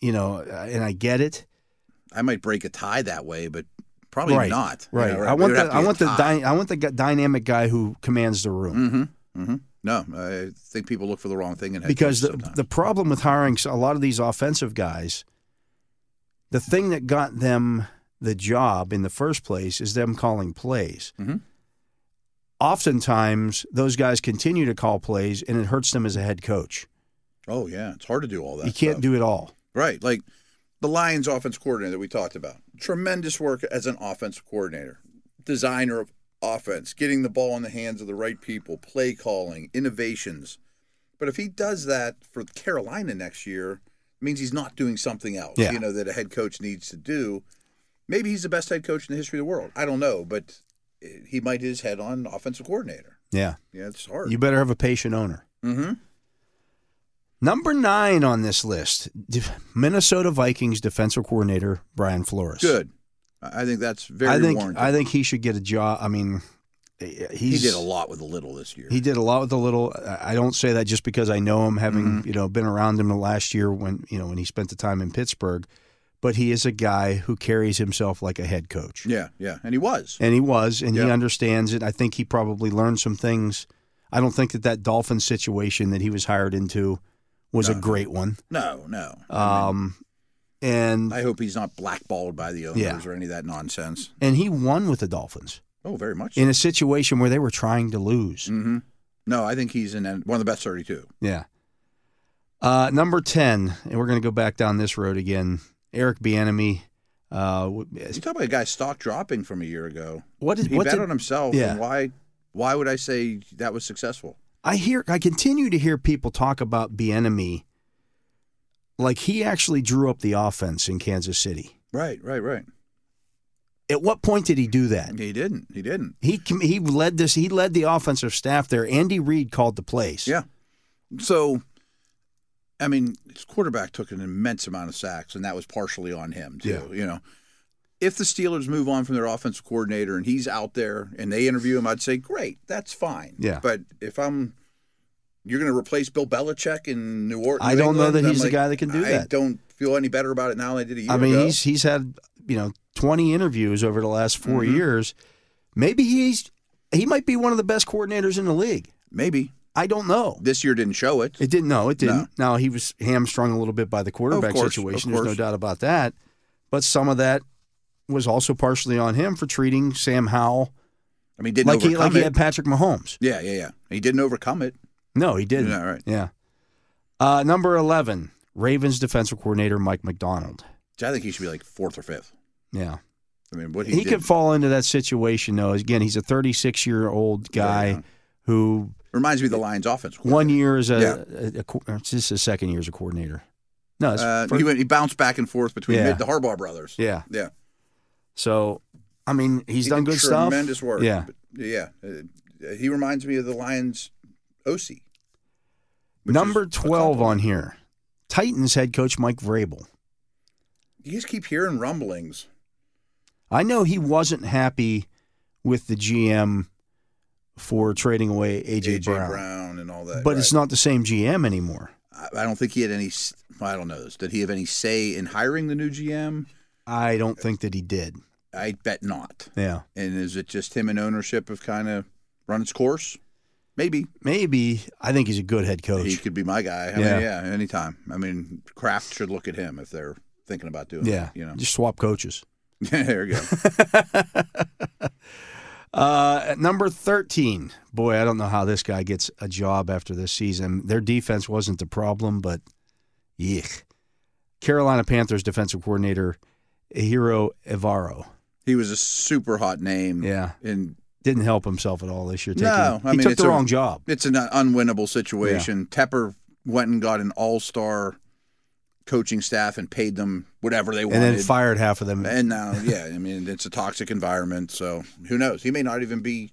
S1: you know, uh, and I get it.
S2: I might break a tie that way, but probably
S1: right.
S2: not. You
S1: Right. I
S2: know, It
S1: want
S2: would
S1: the
S2: have to
S1: I
S2: be a
S1: want the
S2: tie.
S1: dy- I want the gu- dynamic guy who commands the room.
S2: Mm, Mm-hmm, No, I think people look for the wrong thing in head
S1: because the,
S2: coaches sometimes.
S1: the problem with hiring a lot of these offensive guys, the thing that got them the job in the first place is them calling plays.
S2: Mhm.
S1: Oftentimes, those guys continue to call plays, and it hurts them as a head coach.
S2: oh yeah, it's hard to do all that.
S1: you can't
S2: stuff.
S1: do it all.
S2: Right. Like the Lions offense coordinator that we talked about. Tremendous work as an offensive coordinator, designer of offense, getting the ball in the hands of the right people, play calling, innovations. But if he does that for Carolina next year, it means he's not doing something else,
S1: Yeah.
S2: you know, that a head coach needs to do. Maybe he's the best head coach in the history of the world. I don't know, but eh, he might hit his head on offensive coordinator.
S1: Yeah,
S2: Yeah, it's hard.
S1: you better have a patient owner.
S2: mm-hmm.
S1: Number nine on this list, d- Minnesota Vikings defensive coordinator Brian Flores.
S2: Good. I I think that's very
S1: I think
S2: warranted.
S1: I think he should get a job. I mean, eh, he's,
S2: he did a lot with a little this year.
S1: He did a lot with the little. I I don't say that just because I know him, having
S2: Mm-hmm.
S1: you know been around him the last year when you know when he spent the time in Pittsburgh. But he is a guy who carries himself like a head coach,
S2: Yeah, yeah, and he was.
S1: and he was, and he
S2: Yeah.
S1: understands it. I think he probably learned some things. I don't think that that Dolphin situation that he was hired into was a great one.
S2: No, no.
S1: Um, and
S2: I hope he's not blackballed by the owners
S1: Yeah.
S2: or any of that nonsense.
S1: and he won with the Dolphins
S2: Oh, very much.
S1: in a situation where they were trying to lose.
S2: hmm No, I think he's in an- one of the best thirty-two.
S1: Yeah. Uh, number ten, and we're going to go back down this road again. Eric Bieniemy. Uh, w-
S2: You talk about a guy stock dropping from a year ago.
S1: what did
S2: He
S1: what
S2: bet
S1: did,
S2: on himself.
S1: Yeah.
S2: And why? Why would I say that was successful?
S1: I hear? I continue to hear people talk about Bieniemy. Like he actually drew up the offense in Kansas City.
S2: Right, right, right.
S1: At what point did he do that?
S2: He didn't. He didn't.
S1: He com- he led this. He led the offensive staff there. Andy Reid called the plays.
S2: Yeah. So, I mean, his quarterback took an immense amount of sacks, and that was partially on him too.
S1: Yeah.
S2: You know, if the Steelers move on from their offensive coordinator and he's out there and they interview him, I'd say great, that's fine.
S1: Yeah.
S2: But if I'm, you're going to replace Bill Belichick in New Orleans.
S1: I don't know that he's the guy that can do
S2: I
S1: that.
S2: don't feel any better about it now than I did a year
S1: I mean,
S2: ago.
S1: he's he's had you know twenty interviews over the last 4
S2: Mm-hmm.
S1: years. Maybe he's he might be one of the best coordinators in the league.
S2: maybe
S1: I don't know.
S2: this year didn't show it.
S1: It didn't. No, it didn't. Now he was hamstrung a little bit by the quarterback
S2: Of course,
S1: situation.
S2: of
S1: There's no
S2: course.
S1: doubt about that. But some of that was also partially on him for treating Sam Howell
S2: I mean, didn't
S1: like he
S2: overcome
S1: like he
S2: it.
S1: had Patrick Mahomes.
S2: yeah, yeah, yeah. He didn't overcome it.
S1: No, he didn't.
S2: Yeah, right.
S1: Yeah. Uh, number eleven, Ravens defensive coordinator Mike McDonald.
S2: Which I think he should be like fourth or fifth.
S1: Yeah.
S2: I mean, what he,
S1: he,
S2: did,
S1: could fall into that situation though. Again, he's a 36 year old guy
S2: young.
S1: who
S2: reminds me of the Lions' offense.
S1: one year is a,
S2: Yeah.
S1: a- a co- it's just his second year as a coordinator. No, it's
S2: Uh,
S1: fir-
S2: he went. He bounced back and forth between
S1: Yeah.
S2: mid, the Harbaugh brothers.
S1: yeah.
S2: yeah.
S1: So I mean, he's
S2: He
S1: done
S2: did
S1: good stuff.
S2: tremendous work.
S1: Yeah.
S2: But, yeah. Uh, he reminds me of the Lions' OC. which
S1: Number
S2: is a
S1: 12
S2: compliment.
S1: on here, Titans head coach Mike Vrabel.
S2: you just keep hearing rumblings.
S1: I know he wasn't happy with the GM for trading away AJ,
S2: AJ
S1: Brown,
S2: Brown. and all that.
S1: but it's not the same GM anymore.
S2: I I don't think he had any. s- I don't know this. Did he have any say in hiring the new GM?
S1: I don't think that he did.
S2: I bet not.
S1: Yeah,
S2: And is it just him and ownership have kind of run its course? Maybe
S1: maybe I think he's a good head coach.
S2: he could be my guy. I
S1: Yeah.
S2: mean, yeah, anytime. I mean, Kraft should look at him if they're thinking about doing.
S1: yeah,
S2: it, you know.
S1: just swap coaches.
S2: there you go.
S1: Uh, at number 13, boy, I don't know how this guy gets a job after this season. Their defense wasn't the problem, but yuck. Carolina Panthers defensive coordinator, Hiro Evaro.
S2: He was a super hot name.
S1: Yeah.
S2: And
S1: Didn't help himself at all this year. Taking,
S2: no, I
S1: he
S2: mean,
S1: took
S2: it's
S1: the
S2: a-
S1: wrong job.
S2: It's an unwinnable situation. Tepper went and got an all-star coaching staff and paid them whatever they wanted.
S1: And then fired half of them.
S2: And now, yeah, I mean, it's a toxic environment. So who knows? He may not even be,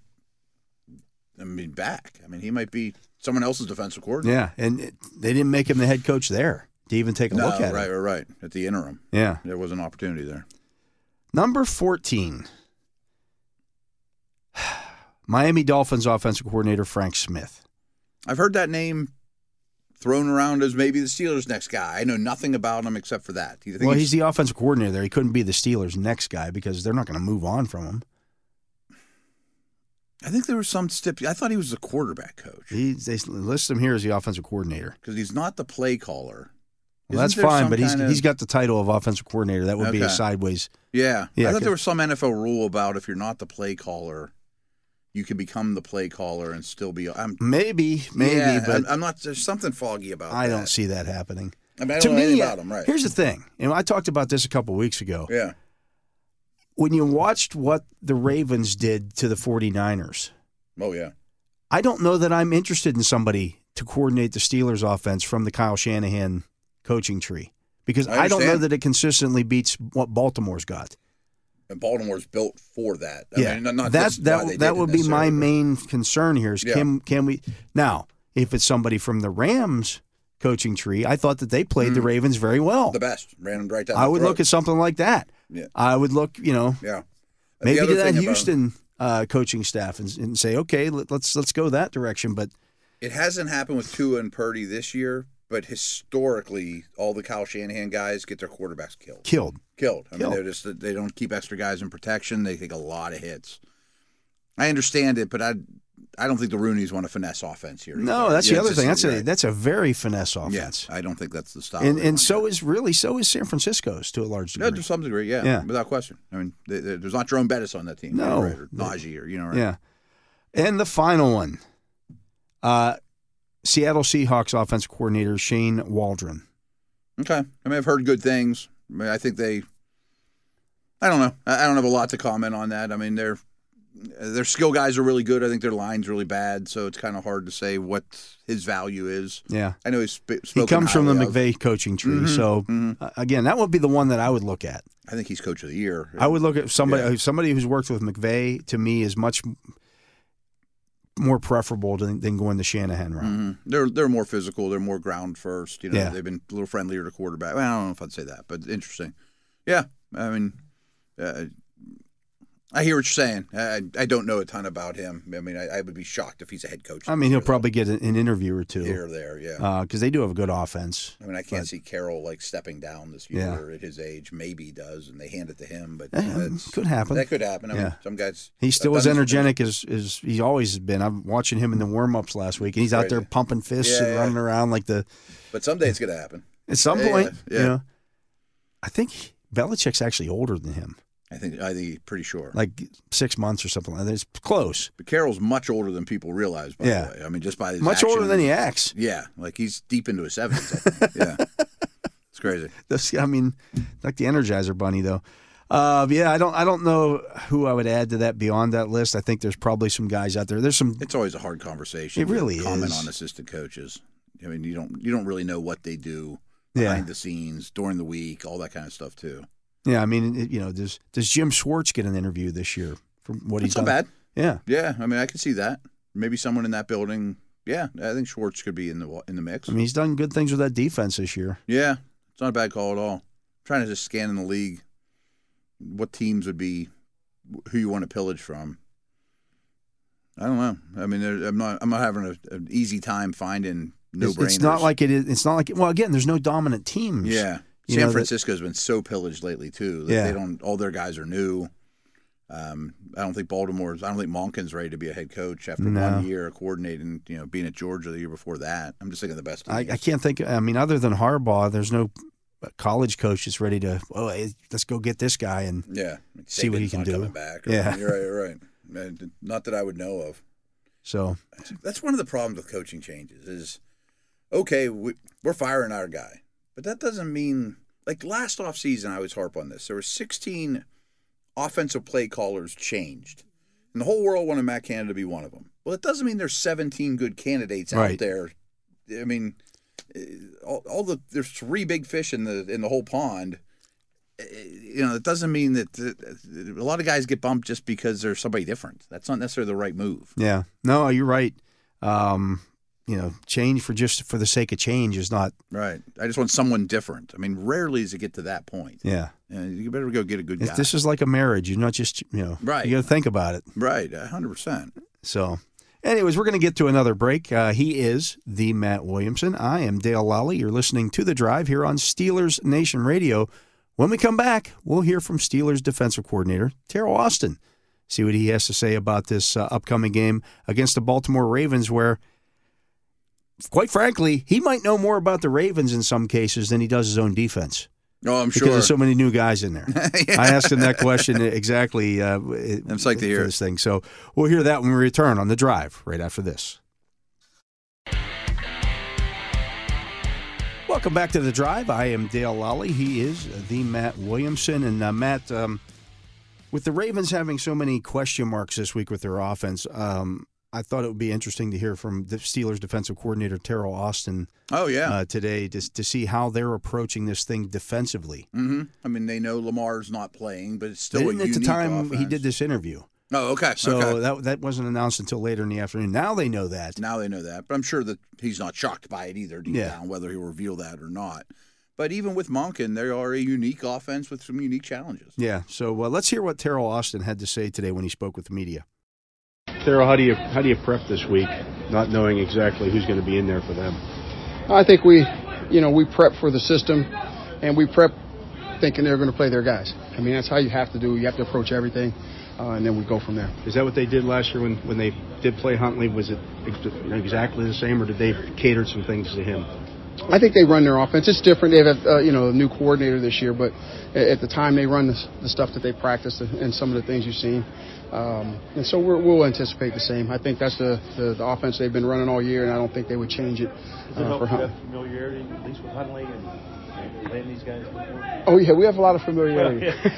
S2: I mean, back. I mean, he might be someone else's defensive coordinator.
S1: yeah. And it, they didn't make him the head coach there to even take a
S2: no,
S1: look at
S2: right,
S1: it.
S2: right, right. At the interim,
S1: Yeah.
S2: there was an opportunity there.
S1: Number 14, Miami Dolphins offensive coordinator, Frank Smith.
S2: I've heard that name thrown around as maybe the Steelers' next guy. I know nothing about him except for that. Do you think
S1: Well, he's the offensive coordinator there. He couldn't be the Steelers' next guy because they're not going to move on from him.
S2: I think there was some stip. I thought he was the quarterback coach
S1: He, they list him here as the offensive coordinator.
S2: because he's not the play caller.
S1: Well,
S2: Isn't
S1: that's
S2: there
S1: fine,
S2: some
S1: but he's
S2: kind of-
S1: he's got the title of offensive coordinator. That would be a
S2: Okay.
S1: sideways.
S2: Yeah.
S1: Yeah,
S2: I thought
S1: 'cause-
S2: there was some NFL rule about if you're not the play caller, you can become the play caller and still be. I'm
S1: Maybe, maybe,
S2: Yeah,
S1: but
S2: I'm, I'm not. There's something foggy about.
S1: I don't
S2: that.
S1: see that happening.
S2: I mean, I
S1: to
S2: don't know
S1: me,
S2: anything about him, right?
S1: here's the thing, and I talked about this a couple weeks ago.
S2: yeah,
S1: When you watched what the Ravens did to the 49ers,
S2: oh yeah,
S1: I don't know that I'm interested in somebody to coordinate the Steelers offense from the Kyle Shanahan coaching tree because
S2: I
S1: I, don't know
S2: understand.
S1: that it consistently beats what Baltimore's got.
S2: and Baltimore's built for that. I
S1: yeah,
S2: mean, not, not
S1: that's
S2: just why they
S1: that
S2: did
S1: that
S2: it
S1: would be my
S2: necessarily, but-
S1: main concern here is
S2: Yeah.
S1: can can we now if it's somebody from the Rams coaching tree, I thought that they played the Ravens very well.
S2: Mm. The best ran him right down.
S1: I
S2: the
S1: would look at
S2: throat.
S1: something like that.
S2: Yeah.
S1: I would look, you know,
S2: yeah. The
S1: maybe
S2: other
S1: to that
S2: thing about-
S1: Houston uh, coaching staff and, and say, okay, let, let's let's go that direction. But
S2: It hasn't happened with Tua and Purdy this year, but historically, all the Kyle Shanahan guys get their quarterbacks killed.
S1: killed.
S2: Killed. I
S1: Killed.
S2: mean, they're just they don't keep extra guys in protection. They take a lot of hits. I understand it, but I I don't think the Rooney's want to finesse offense here.
S1: No,
S2: either.
S1: that's
S2: Yeah,
S1: the
S2: it's
S1: other
S2: just-
S1: thing. That's
S2: right.
S1: a that's a very finesse
S2: Yeah,
S1: offense.
S2: I don't think that's the style.
S1: And
S2: they
S1: and
S2: want
S1: so
S2: here.
S1: is really so is San Francisco's to a large
S2: no,
S1: degree.
S2: to some degree, yeah,
S1: Yeah.
S2: without question. I mean, th th- there's not Jerome Bettis on that team,
S1: No.
S2: right, or Najee, or you know, right?
S1: Yeah. And the final one. Uh Seattle Seahawks offense coordinator Shane Waldron.
S2: Okay, I mean, I've heard good things. I, mean, I think they. I don't know. I I don't have a lot to comment on that. I mean, their their skill guys are really good. I think their line's really bad, so it's kind of hard to say what his value is.
S1: Yeah.
S2: I know he's sp-
S1: He
S2: spoken
S1: comes from the
S2: highly of. Mm-hmm,
S1: McVay coaching tree. So uh, again, that would be the one that I would look at.
S2: I think he's coach of the year.
S1: I would look at somebody
S2: Yeah.
S1: somebody who's worked with McVay to me is much more preferable than, than going the Shanahan route.
S2: Mhm. They're they're more physical. They're more ground first. You know,
S1: Yeah.
S2: they've been a little friendlier to quarterback. Well, I don't know if I'd say that, but interesting. Yeah, I mean, uh, I hear what you're saying. I I don't know a ton about him. I mean, I, I would be shocked if he's a head coach.
S1: I mean, he'll
S2: here,
S1: probably get an, an interview or
S2: though. here
S1: two
S2: or there. Yeah.
S1: because they do have a good offense.
S2: I mean, I can't
S1: Uh, but-
S2: see Carroll like stepping down this
S1: Yeah.
S2: year at his age. Maybe he does, and they hand it to him. But
S1: Eh,
S2: that's,
S1: could happen.
S2: That could happen. I mean,
S1: Yeah.
S2: some guys.
S1: He's still
S2: I've
S1: as
S2: done this-
S1: energetic as, as he's always been. I'm watching him in the warm ups last week, and he's out there
S2: Crazy.
S1: pumping fists
S2: Yeah,
S1: and
S2: yeah.
S1: running around like the.
S2: But someday it's gonna happen.
S1: At some
S2: Yeah,
S1: point,
S2: yeah,
S1: you
S2: yeah.
S1: know, I think Belichick's actually older than him,
S2: I think. I think pretty sure.
S1: like six months or something like that. It's close,
S2: But Carroll's much older than people realize. By
S1: Yeah.
S2: the way, I mean, just by his
S1: much older
S2: action-
S1: than he acts.
S2: Yeah, like he's deep into his seventies. I think. yeah, it's crazy.
S1: That's- I mean, like the Energizer Bunny, though. Uh, but yeah, I don't, I don't know who I would add to that beyond that list. I think there's probably some guys out there. There's some
S2: It's always a hard conversation.
S1: It
S2: to
S1: really
S2: comment
S1: is.
S2: on assistant coaches. I mean, you don't you don't really know what they do
S1: Yeah.
S2: behind the scenes during the week, all that kind of stuff too.
S1: Yeah, I mean, it, you know, does does Jim Schwartz get an interview this year from what he's
S2: It's not
S1: done?
S2: bad.
S1: Yeah,
S2: Yeah, I mean, I can see that. Maybe someone in that building. Yeah, I think Schwartz could be in the in the mix.
S1: I mean, he's done good things with that defense this year.
S2: yeah, it's not a bad call at all. trying to just scan in the league what teams would be who you want to pillage from. I don't know. I mean, there, I'm not. I'm not having a, an easy time finding no
S1: it's, it's not like it is. It's not like well, again, there's no dominant teams.
S2: yeah.
S1: You know,
S2: San
S1: that-
S2: Francisco's been so pillaged lately too. That
S1: Yeah.
S2: They don't. All their guys are new. Um, I don't think Baltimore's. I don't think Monken's ready to be a head coach after
S1: No.
S2: one year of coordinating. You know, being at Georgia the year before that. I'm just thinking the best.
S1: I, I
S2: teams.
S1: can't think. I mean, other than Harbaugh, there's no college coach that's ready to. Oh, hey, let's go get this guy and
S2: Yeah.
S1: See what he
S2: Saban's
S1: can
S2: not
S1: do.
S2: Coming back. or-
S1: Yeah.
S2: You're right. You're right. Man, Not that I would know of.
S1: so
S2: That's one of the problems with coaching changes is, okay, we, we're firing our guy, but that doesn't mean like last off season I always harp on this. There were 16 offensive play callers changed, and the whole world wanted Matt Canada to be one of them. Well, it doesn't mean there's 17 good candidates out
S1: Right.
S2: there. I mean, eh, all, all the there's three big fish in the in the whole pond. Eh, You know, it doesn't mean that that- a lot of guys get bumped just because they're somebody different. That's not necessarily the right move.
S1: yeah. No, you're right. Um, you know, change for just for the sake of change is not.
S2: Right. I just want someone different. I mean, rarely does it get to that point.
S1: Yeah,
S2: And you better go get a good guy.
S1: It's- this is like a marriage. You're not just you know.
S2: Right.
S1: You got to think about it.
S2: right, a 100%.
S1: So, anyways, we're going to get to another break. Uh, he is the Matt Williamson. I am Dale Lally. You're listening to The Drive here on Steelers Nation Radio. When we come back, we'll hear from Steelers defensive coordinator Terrell Austin. See what he has to say about this uh, upcoming game against the Baltimore Ravens, where, quite frankly, he might know more about the Ravens in some cases than he does his own defense
S2: Oh, I'm
S1: because
S2: sure.
S1: there's so many new guys in there. I asked him that question exactly. Uh, it-
S2: I'm psyched to hear
S1: for
S2: it.
S1: this thing. So we'll hear that when we return on the drive right after this. Welcome back to the drive. I am Dale Lally. He is the Matt Williamson, and uh, Matt, um, with the Ravens having so many question marks this week with their offense. Um, I thought it would be interesting to hear from the Steelers defensive coordinator Terrell Austin
S2: oh, yeah.
S1: uh, today to, to see how they're approaching this thing defensively.
S2: hmm I mean, they know Lamar's not playing, but it's still
S1: They
S2: a
S1: didn't at
S2: unique
S1: the time he
S2: offense.
S1: did this interview.
S2: Oh, okay.
S1: So
S2: okay.
S1: that that wasn't announced until later in the afternoon. Now they know that.
S2: Now they know that, but I'm sure that he's not shocked by it either deep
S1: Yeah.
S2: down, whether he'll reveal that or not. But even with Monken, they are a unique offense with some unique challenges.
S1: Yeah. So uh, let's hear what Terrell Austin had to say today when he spoke with the media.
S3: Daryl, how do you how do you prep this week, not knowing exactly who's going to be in there for them?
S4: I think we, you know, we prep for the system, and we prep thinking they're going to play their guys. I mean, that's how you have to do. You have to approach everything, uh, and then we go from there.
S3: Is that what they did last year when, when they did play Huntley? Was it ex- exactly the same, or did they cater some things to him?
S4: I think they run their offense. It's different. They have, uh, you know, a new coordinator this year, but a- at the time they run the, s- the stuff that they practice and and some of the things you've seen. Um, and so we're, we'll anticipate the same. I think that's the, the, the offense they've been running all year, and I don't think they would change it uh, for Hunt.
S3: familiarity, at least with Huntley and playing these guys before?
S4: Oh yeah, we have a lot of familiarity.
S3: I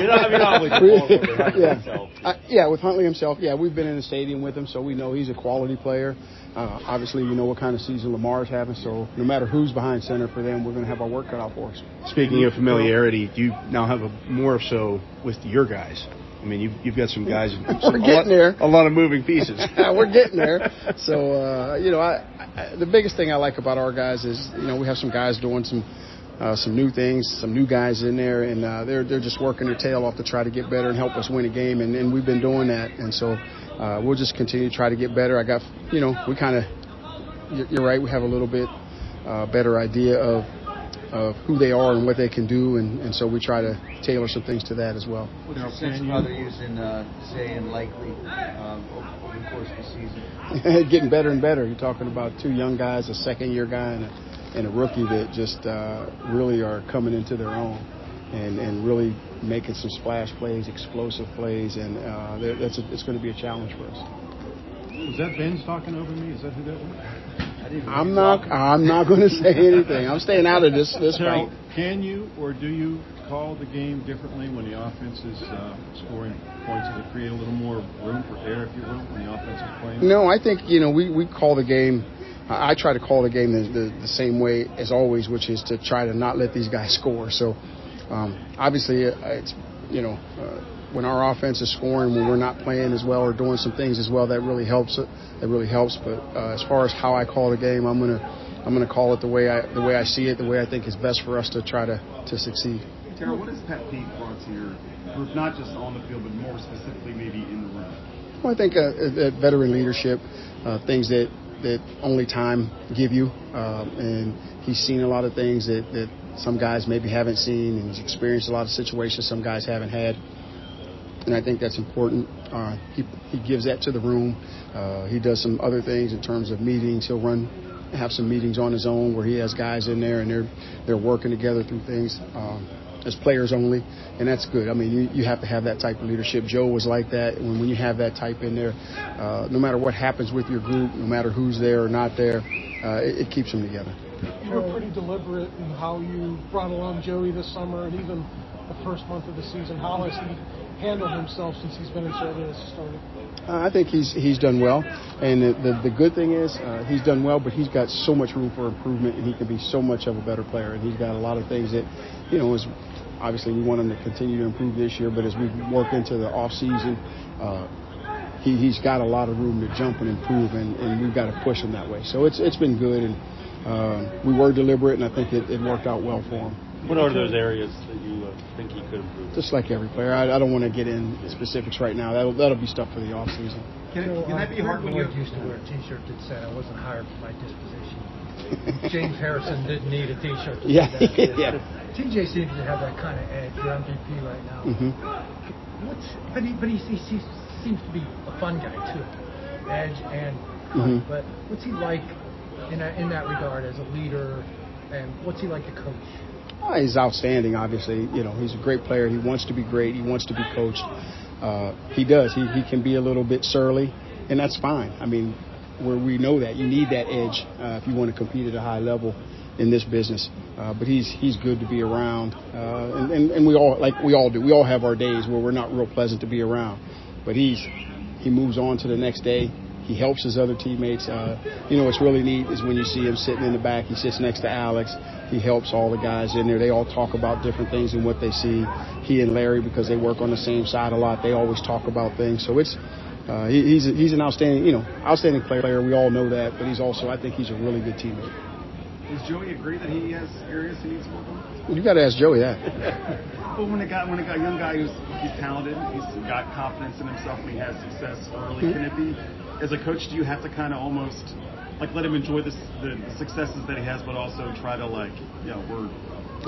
S3: mean, I mean, obviously,
S4: We-
S3: Paul Goldberg, Huntley
S4: yeah.
S3: himself.
S4: Uh, yeah, with Huntley himself. Yeah, we've been in the stadium with him, so we know he's a quality player. Uh, obviously, you know what kind of season Lamar's having, so no matter who's behind center for them, we're going to have our work cut out for us.
S3: Speaking of familiarity, do you now have a more so with your guys? I mean, you've, you've got some guys. some- a
S4: getting
S3: lot-
S4: there.
S3: A lot of moving pieces.
S4: Yeah, we're getting there. So, uh, you know, I, I, the biggest thing I like about our guys is, you know, we have some guys doing some uh, some new things, some new guys in there, and uh, they're they're just working their tail off to try to get better and help us win a game, and, and we've been doing that, and so uh, we'll just continue to try to get better. I got, you know, we kind of, you're- you're right, we have a little bit uh, better idea of. Of who they are and what they can do, and, and so we try to tailor some things to that as well.
S5: What's your sense of how they're using, uh, say, and likely um, over the course of the season?
S4: getting better and better. You're talking about two young guys, a second year guy and a, and a rookie that just uh, really are coming into their own and, and really making some splash plays, explosive plays, and uh, that- that's a, it's going to be a challenge for us.
S3: Was that Ben's talking over me? Is that who that was?
S4: I'm not I'm not going to say anything. I'm staying out of this this fight.
S6: Now, can you or do you call the game differently when the offense is uh, scoring points? Does it create a little more room for error, if you will, when the offense is playing?
S4: No, I think you know we, we call the game. I I try to call the game the, the, the same way as always, which is to try to not let these guys score. So um, obviously, uh, it's you know uh, when our offense is scoring, when we're not playing as well or uh, doing some things as well, that really helps. It that really helps. But uh, as far as how I call the game, I'm gonna I'm going to call it the way I the way I see it, the way I think is best for us to try to to succeed.
S7: Tara, what has pet peeve brought to your group, not just on the field, but more specifically maybe in the room?
S4: Well, I think uh, that veteran leadership, uh, things that that only time give you, um, and he's seen a lot of things that that some guys maybe haven't seen, and he's experienced a lot of situations some guys haven't had and I think that's important. Uh, he, he gives that to the room. Uh, he does some other things in terms of meetings. He'll run, have some meetings on his own where he has guys in there and they're they're working together through things um, as players only, and that's good. I mean, you, you have to have that type of leadership. Joe was like that. When when you have that type in there, uh, no matter what happens with your group, no matter who's there or not there, uh, it, it keeps them together.
S8: You were pretty deliberate in how you brought along Joey this summer and even the first month of the season. How has he handled himself since he's been in Charlotte as a starter?
S4: Uh, I think he's he's done well, and the the, the good thing is uh, he's done well, but he's got so much room for improvement, and he can be so much of a better player, and he's got a lot of things that, you know, is obviously we want him to continue to improve this year, but as we work into the off season. Uh, he, he's got a lot of room to jump and improve, and, and we've got to push him that way. So it's it's been good, and uh, we were deliberate, and I think it, it worked out well for him.
S9: What are those areas that you uh, think he could improve?
S4: Just like every player, I, I don't want to get in specifics right now. That'll that'll be stuff for the off season.
S7: Can,
S5: So,
S7: can
S5: uh,
S7: that be hard when you
S5: Lord used to wear a T-shirt that said, "I wasn't hired for my disposition." James Harrison didn't need a T-shirt. that
S4: Yeah,
S5: said that.
S4: yeah.
S5: TJ seems to have that kind of edge. Your MVP right now.
S4: Mhm.
S5: What's but he but he, he, he seems to be a fun guy too, edge and.
S4: Mhm.
S5: But what's he like in that, in that regard as a leader, and what's he like to coach?
S4: Uh, he's outstanding, obviously. You know, he's a great player. He wants to be great. He wants to be coached. Uh, he does. He, he can be a little bit surly, and that's fine. I mean, where we know that you need that edge uh, if you want to compete at a high level in this business. Uh, but he's he's good to be around, uh, and, and and we all like we all do. We all have our days where we're not real pleasant to be around, but he's he moves on to the next day. He helps his other teammates. Uh, you know, what's really neat is when you see him sitting in the back. He sits next to Alex. He helps all the guys in there. They all talk about different things and what they see. He and Larry, because they work on the same side a lot, they always talk about things. So it's uh, he, he's he's an outstanding you know outstanding player. We all know that, but he's also I think he's a really good teammate.
S7: Does Joey agree that he has areas he needs to work on?
S4: Well, you got to ask Joey that.
S7: But when a guy, when a guy, young guy who's he's talented, he's got confidence in himself, and he has success early,
S4: Mhm.
S7: can it be? As a coach, do you have to kind of almost like let him enjoy this, the successes that he has, but also try to like, you know, we're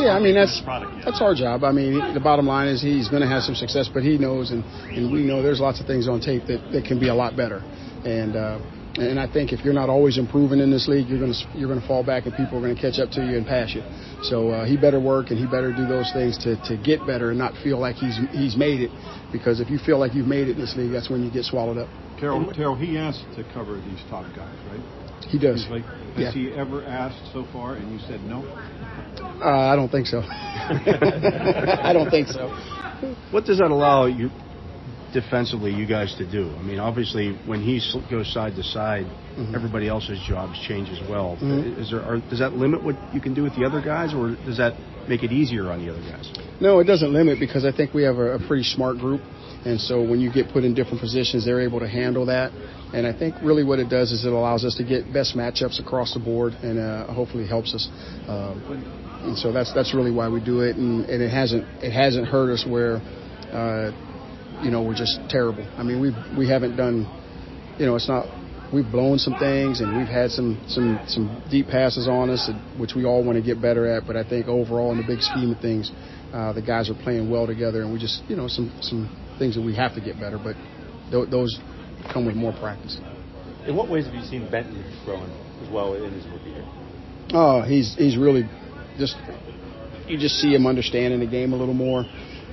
S4: Yeah, I mean that's
S7: product yet.
S4: that's our job. I mean, the bottom line is he's going to have some success, but he knows, and, and we know there's lots of things on tape that, that can be a lot better. And uh, and I think if you're not always improving in this league, you're going to you're going to fall back, and people are going to catch up to you and pass you. So uh, he better work, and he better do those things to, to get better, and not feel like he's he's made it. Because if you feel like you've made it in this league, that's when you get swallowed up.
S6: Terrell, Terrell, he asked to cover these top guys, right?
S4: He does.
S6: He's like, has
S4: Yeah.
S6: he ever asked so far, and you said no?
S4: Uh, I don't think so. I don't think so.
S3: What does that allow you defensively, you guys, to do? I mean, obviously, when he sl- goes side to side,
S4: Mhm.
S3: everybody else's jobs change as well.
S4: Mhm.
S3: Is there, are, does that limit what you can do with the other guys, or does that make it easier on the other guys?
S4: No, it doesn't limit because I think we have a, a pretty smart group. And so when you get put in different positions, they're able to handle that. And I think really what it does is it allows us to get best matchups across the board and uh, hopefully helps us. Um, and so that's that's really why we do it. And, and it hasn't it hasn't hurt us where, uh, you know, we're just terrible. I mean, we we haven't done, you know, it's not we've blown some things and we've had some some some deep passes on us, and- which we all want to get better at. But I think overall, in the big scheme of things, uh, the guys are playing well together, and we just you know some some things that we have to get better, but th- those come with more practice.
S9: In what ways have you seen Benton growing as well in his rookie year?
S4: Oh, he's he's really just you just see him understanding the game a little more.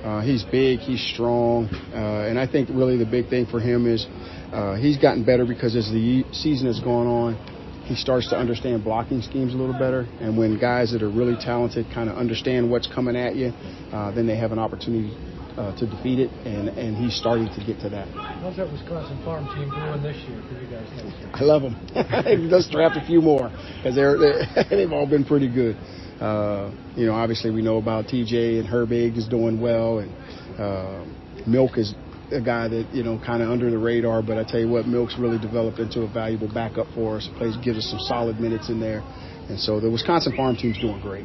S4: Uh, he's big, he's strong, uh, and I think really the big thing for him is uh, he's gotten better because as the season has gone on, he starts to understand blocking schemes a little better. And when guys that are really talented kind of understand what's coming at you, uh, then they have an opportunity uh, to defeat it, and, and he's starting to get to that.
S5: How's that Wisconsin farm team doing this year for you guys next year?
S4: I love them. Let's draft a few more because they're, they're they've all been pretty good. Uh, you know, obviously we know about TJ and Herbig is doing well, and uh, Milk is a guy that you know kind of under the radar. But I tell you what, Milk's really developed into a valuable backup for us. Plays gives us some solid minutes in there, And so the Wisconsin farm team's doing great.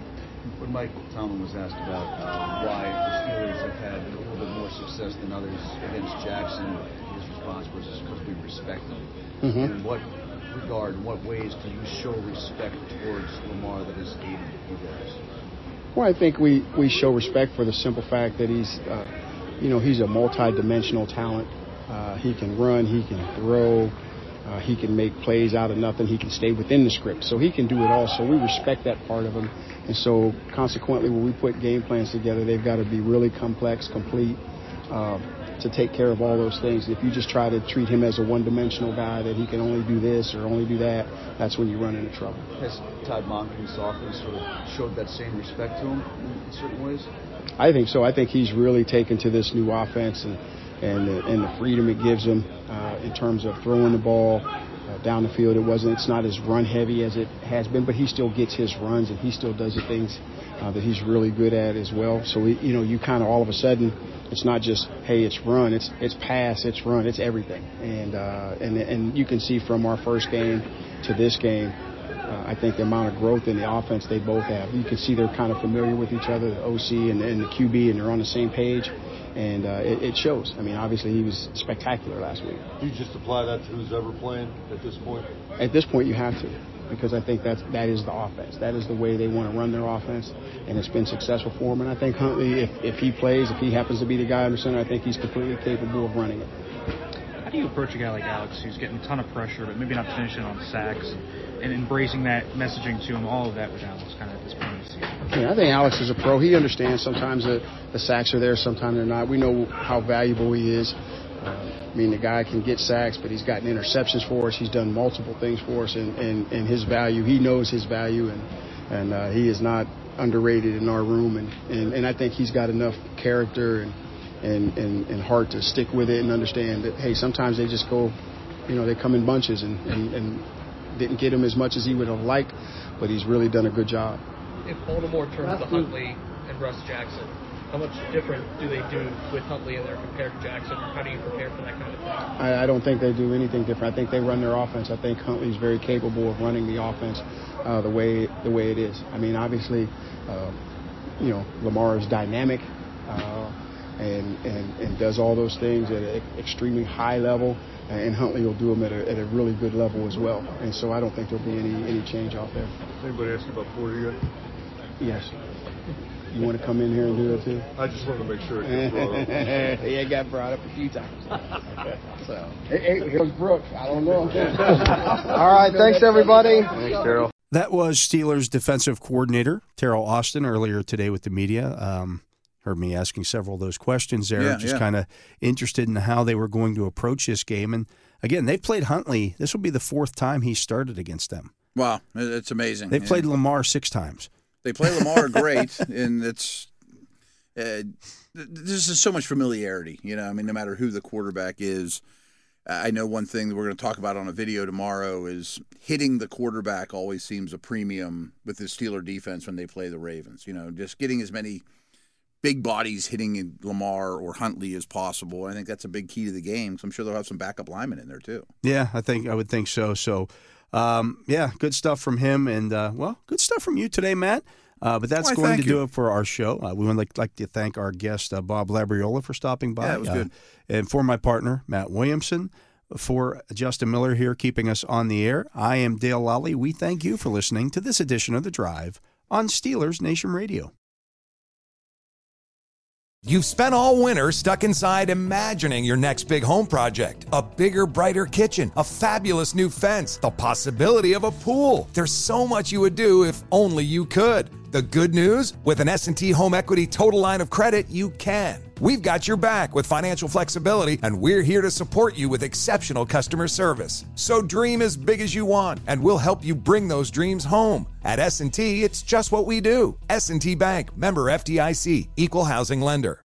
S5: When Mike Tomlin was asked about uh, why the Steelers have had a little bit more success than others against Jackson, his response was because we respect them.
S4: Mhm.
S5: In what regard, in what ways do you show respect towards Lamar that is aiding you guys?
S4: Well, I think we, we show respect for the simple fact that he's, uh, you know, he's a multi-dimensional talent. Uh, he can run, he can throw, uh, he can make plays out of nothing, he can stay within the script, so he can do it all. So we respect that part of him, and so consequently, when we put game plans together, they've got to be really complex, complete, uh, to take care of all those things. If you just try to treat him as a one-dimensional guy that he can only do this or only do that, that's when you run into trouble.
S5: Has Todd Monken's offense sort of showed that same respect to him in certain ways?
S4: I think so. I think he's really taken to this new offense and and the, and the freedom it gives him uh, in terms of throwing the ball uh, down the field. It wasn't. It's not as run heavy as it has been, but he still gets his runs and he still does the things uh, that he's really good at as well. So we, you know, you kind of all of a sudden, it's not just hey, it's run, it's it's pass, it's run, it's everything. And uh, and and you can see from our first game to this game uh, I think the amount of growth in the offense they both have. You can see they're kind of familiar with each other, the OC and, and the QB, and they're on the same page, and uh, it, it shows. I mean, obviously he was spectacular last week.
S10: Do you just apply that to who's ever playing at this point?
S4: At this point, you have to, because I think that's that is the offense. That is the way they want to run their offense, and it's been successful for them. And I think Huntley, if, if he plays, if he happens to be the guy under center, I think he's completely capable of running it.
S11: How do you approach a guy like Alex who's getting a ton of pressure, but maybe not finishing on sacks, and embracing that messaging to him? All of that with Alex kind of at this point in the season.
S4: Yeah, I think Alex is a pro. He understands sometimes that the sacks are there, sometimes they're not. We know how valuable he is. Uh, I mean, the guy can get sacks, but he's gotten interceptions for us. He's done multiple things for us, and, and, and his value, he knows his value, and, and uh, he is not underrated in our room. And, and, and I think he's got enough character and, and, and, and heart to stick with it and understand that, hey, sometimes they just go, you know, they come in bunches and, and, and didn't get him as much as he would have liked, but he's really done a good job.
S12: If Baltimore turns to Huntley and Russ Jackson, how much different do they do with Huntley in there compared to Jackson? How do you prepare for that kind of thing?
S4: I, I don't think they do anything different. I think they run their offense. I think Huntley's very capable of running the offense uh, the way the way it is. I mean, obviously, uh, you know, Lamar is dynamic uh, and, and and does all those things at an extremely high level, and Huntley will do them at a, at a really good level as well. And so, I don't think there'll be any any change out there.
S10: Anybody ask you about 40 yet?
S4: Yes. You want to come in here and do it too?
S10: I just wanted to make sure. it got brought up.
S4: yeah, it got brought up a few times. so, hey, hey, here's Brooks. I don't know. All
S13: right, thanks, everybody. Thanks, Terrell.
S1: That was Steelers defensive coordinator Terrell Austin earlier today with the media. Um, heard me asking several of those questions there.
S2: Yeah,
S1: just
S2: yeah.
S1: kind of interested in how they were going to approach this game. And again, they played Huntley. This will be the fourth time he started against them.
S2: Wow, it- it's amazing.
S1: They
S2: And
S1: played Lamar six times.
S2: They play Lamar great, and it's uh, th- th- this is so much familiarity. You know, I mean, no matter who the quarterback is, I I know one thing that we're going to talk about on a video tomorrow is hitting the quarterback always seems a premium with the Steeler defense when they play the Ravens. You know, just getting as many big bodies hitting Lamar or Huntley as possible. I think that's a big key to the game. So I'm sure they'll have some backup linemen in there too.
S1: Yeah, I think I would think so. So, um, yeah, good stuff from him, and uh, well, good stuff from you today, Matt. Uh, but that's
S2: Why,
S1: going to
S2: thank
S1: do it for our show. Uh, we would like, like to thank our guest uh, Bob Labriola for stopping by,
S2: Yeah, it was
S1: uh,
S2: good.
S1: and for my partner Matt Williamson. For Justin Miller here keeping us on the air, I am Dale Lally. We thank you for listening to this edition of The Drive on Steelers Nation Radio.
S14: You've spent all winter stuck inside imagining your next big home project. A bigger, brighter kitchen, a fabulous new fence, the possibility of a pool. There's so much you would do if only you could. The good news, with an S&T Home Equity Total Line of Credit, you can. We've got your back with financial flexibility and we're here to support you with exceptional customer service. So dream as big as you want and we'll help you bring those dreams home. At S&T, it's just what we do. S&T Bank, member FDIC, equal housing lender.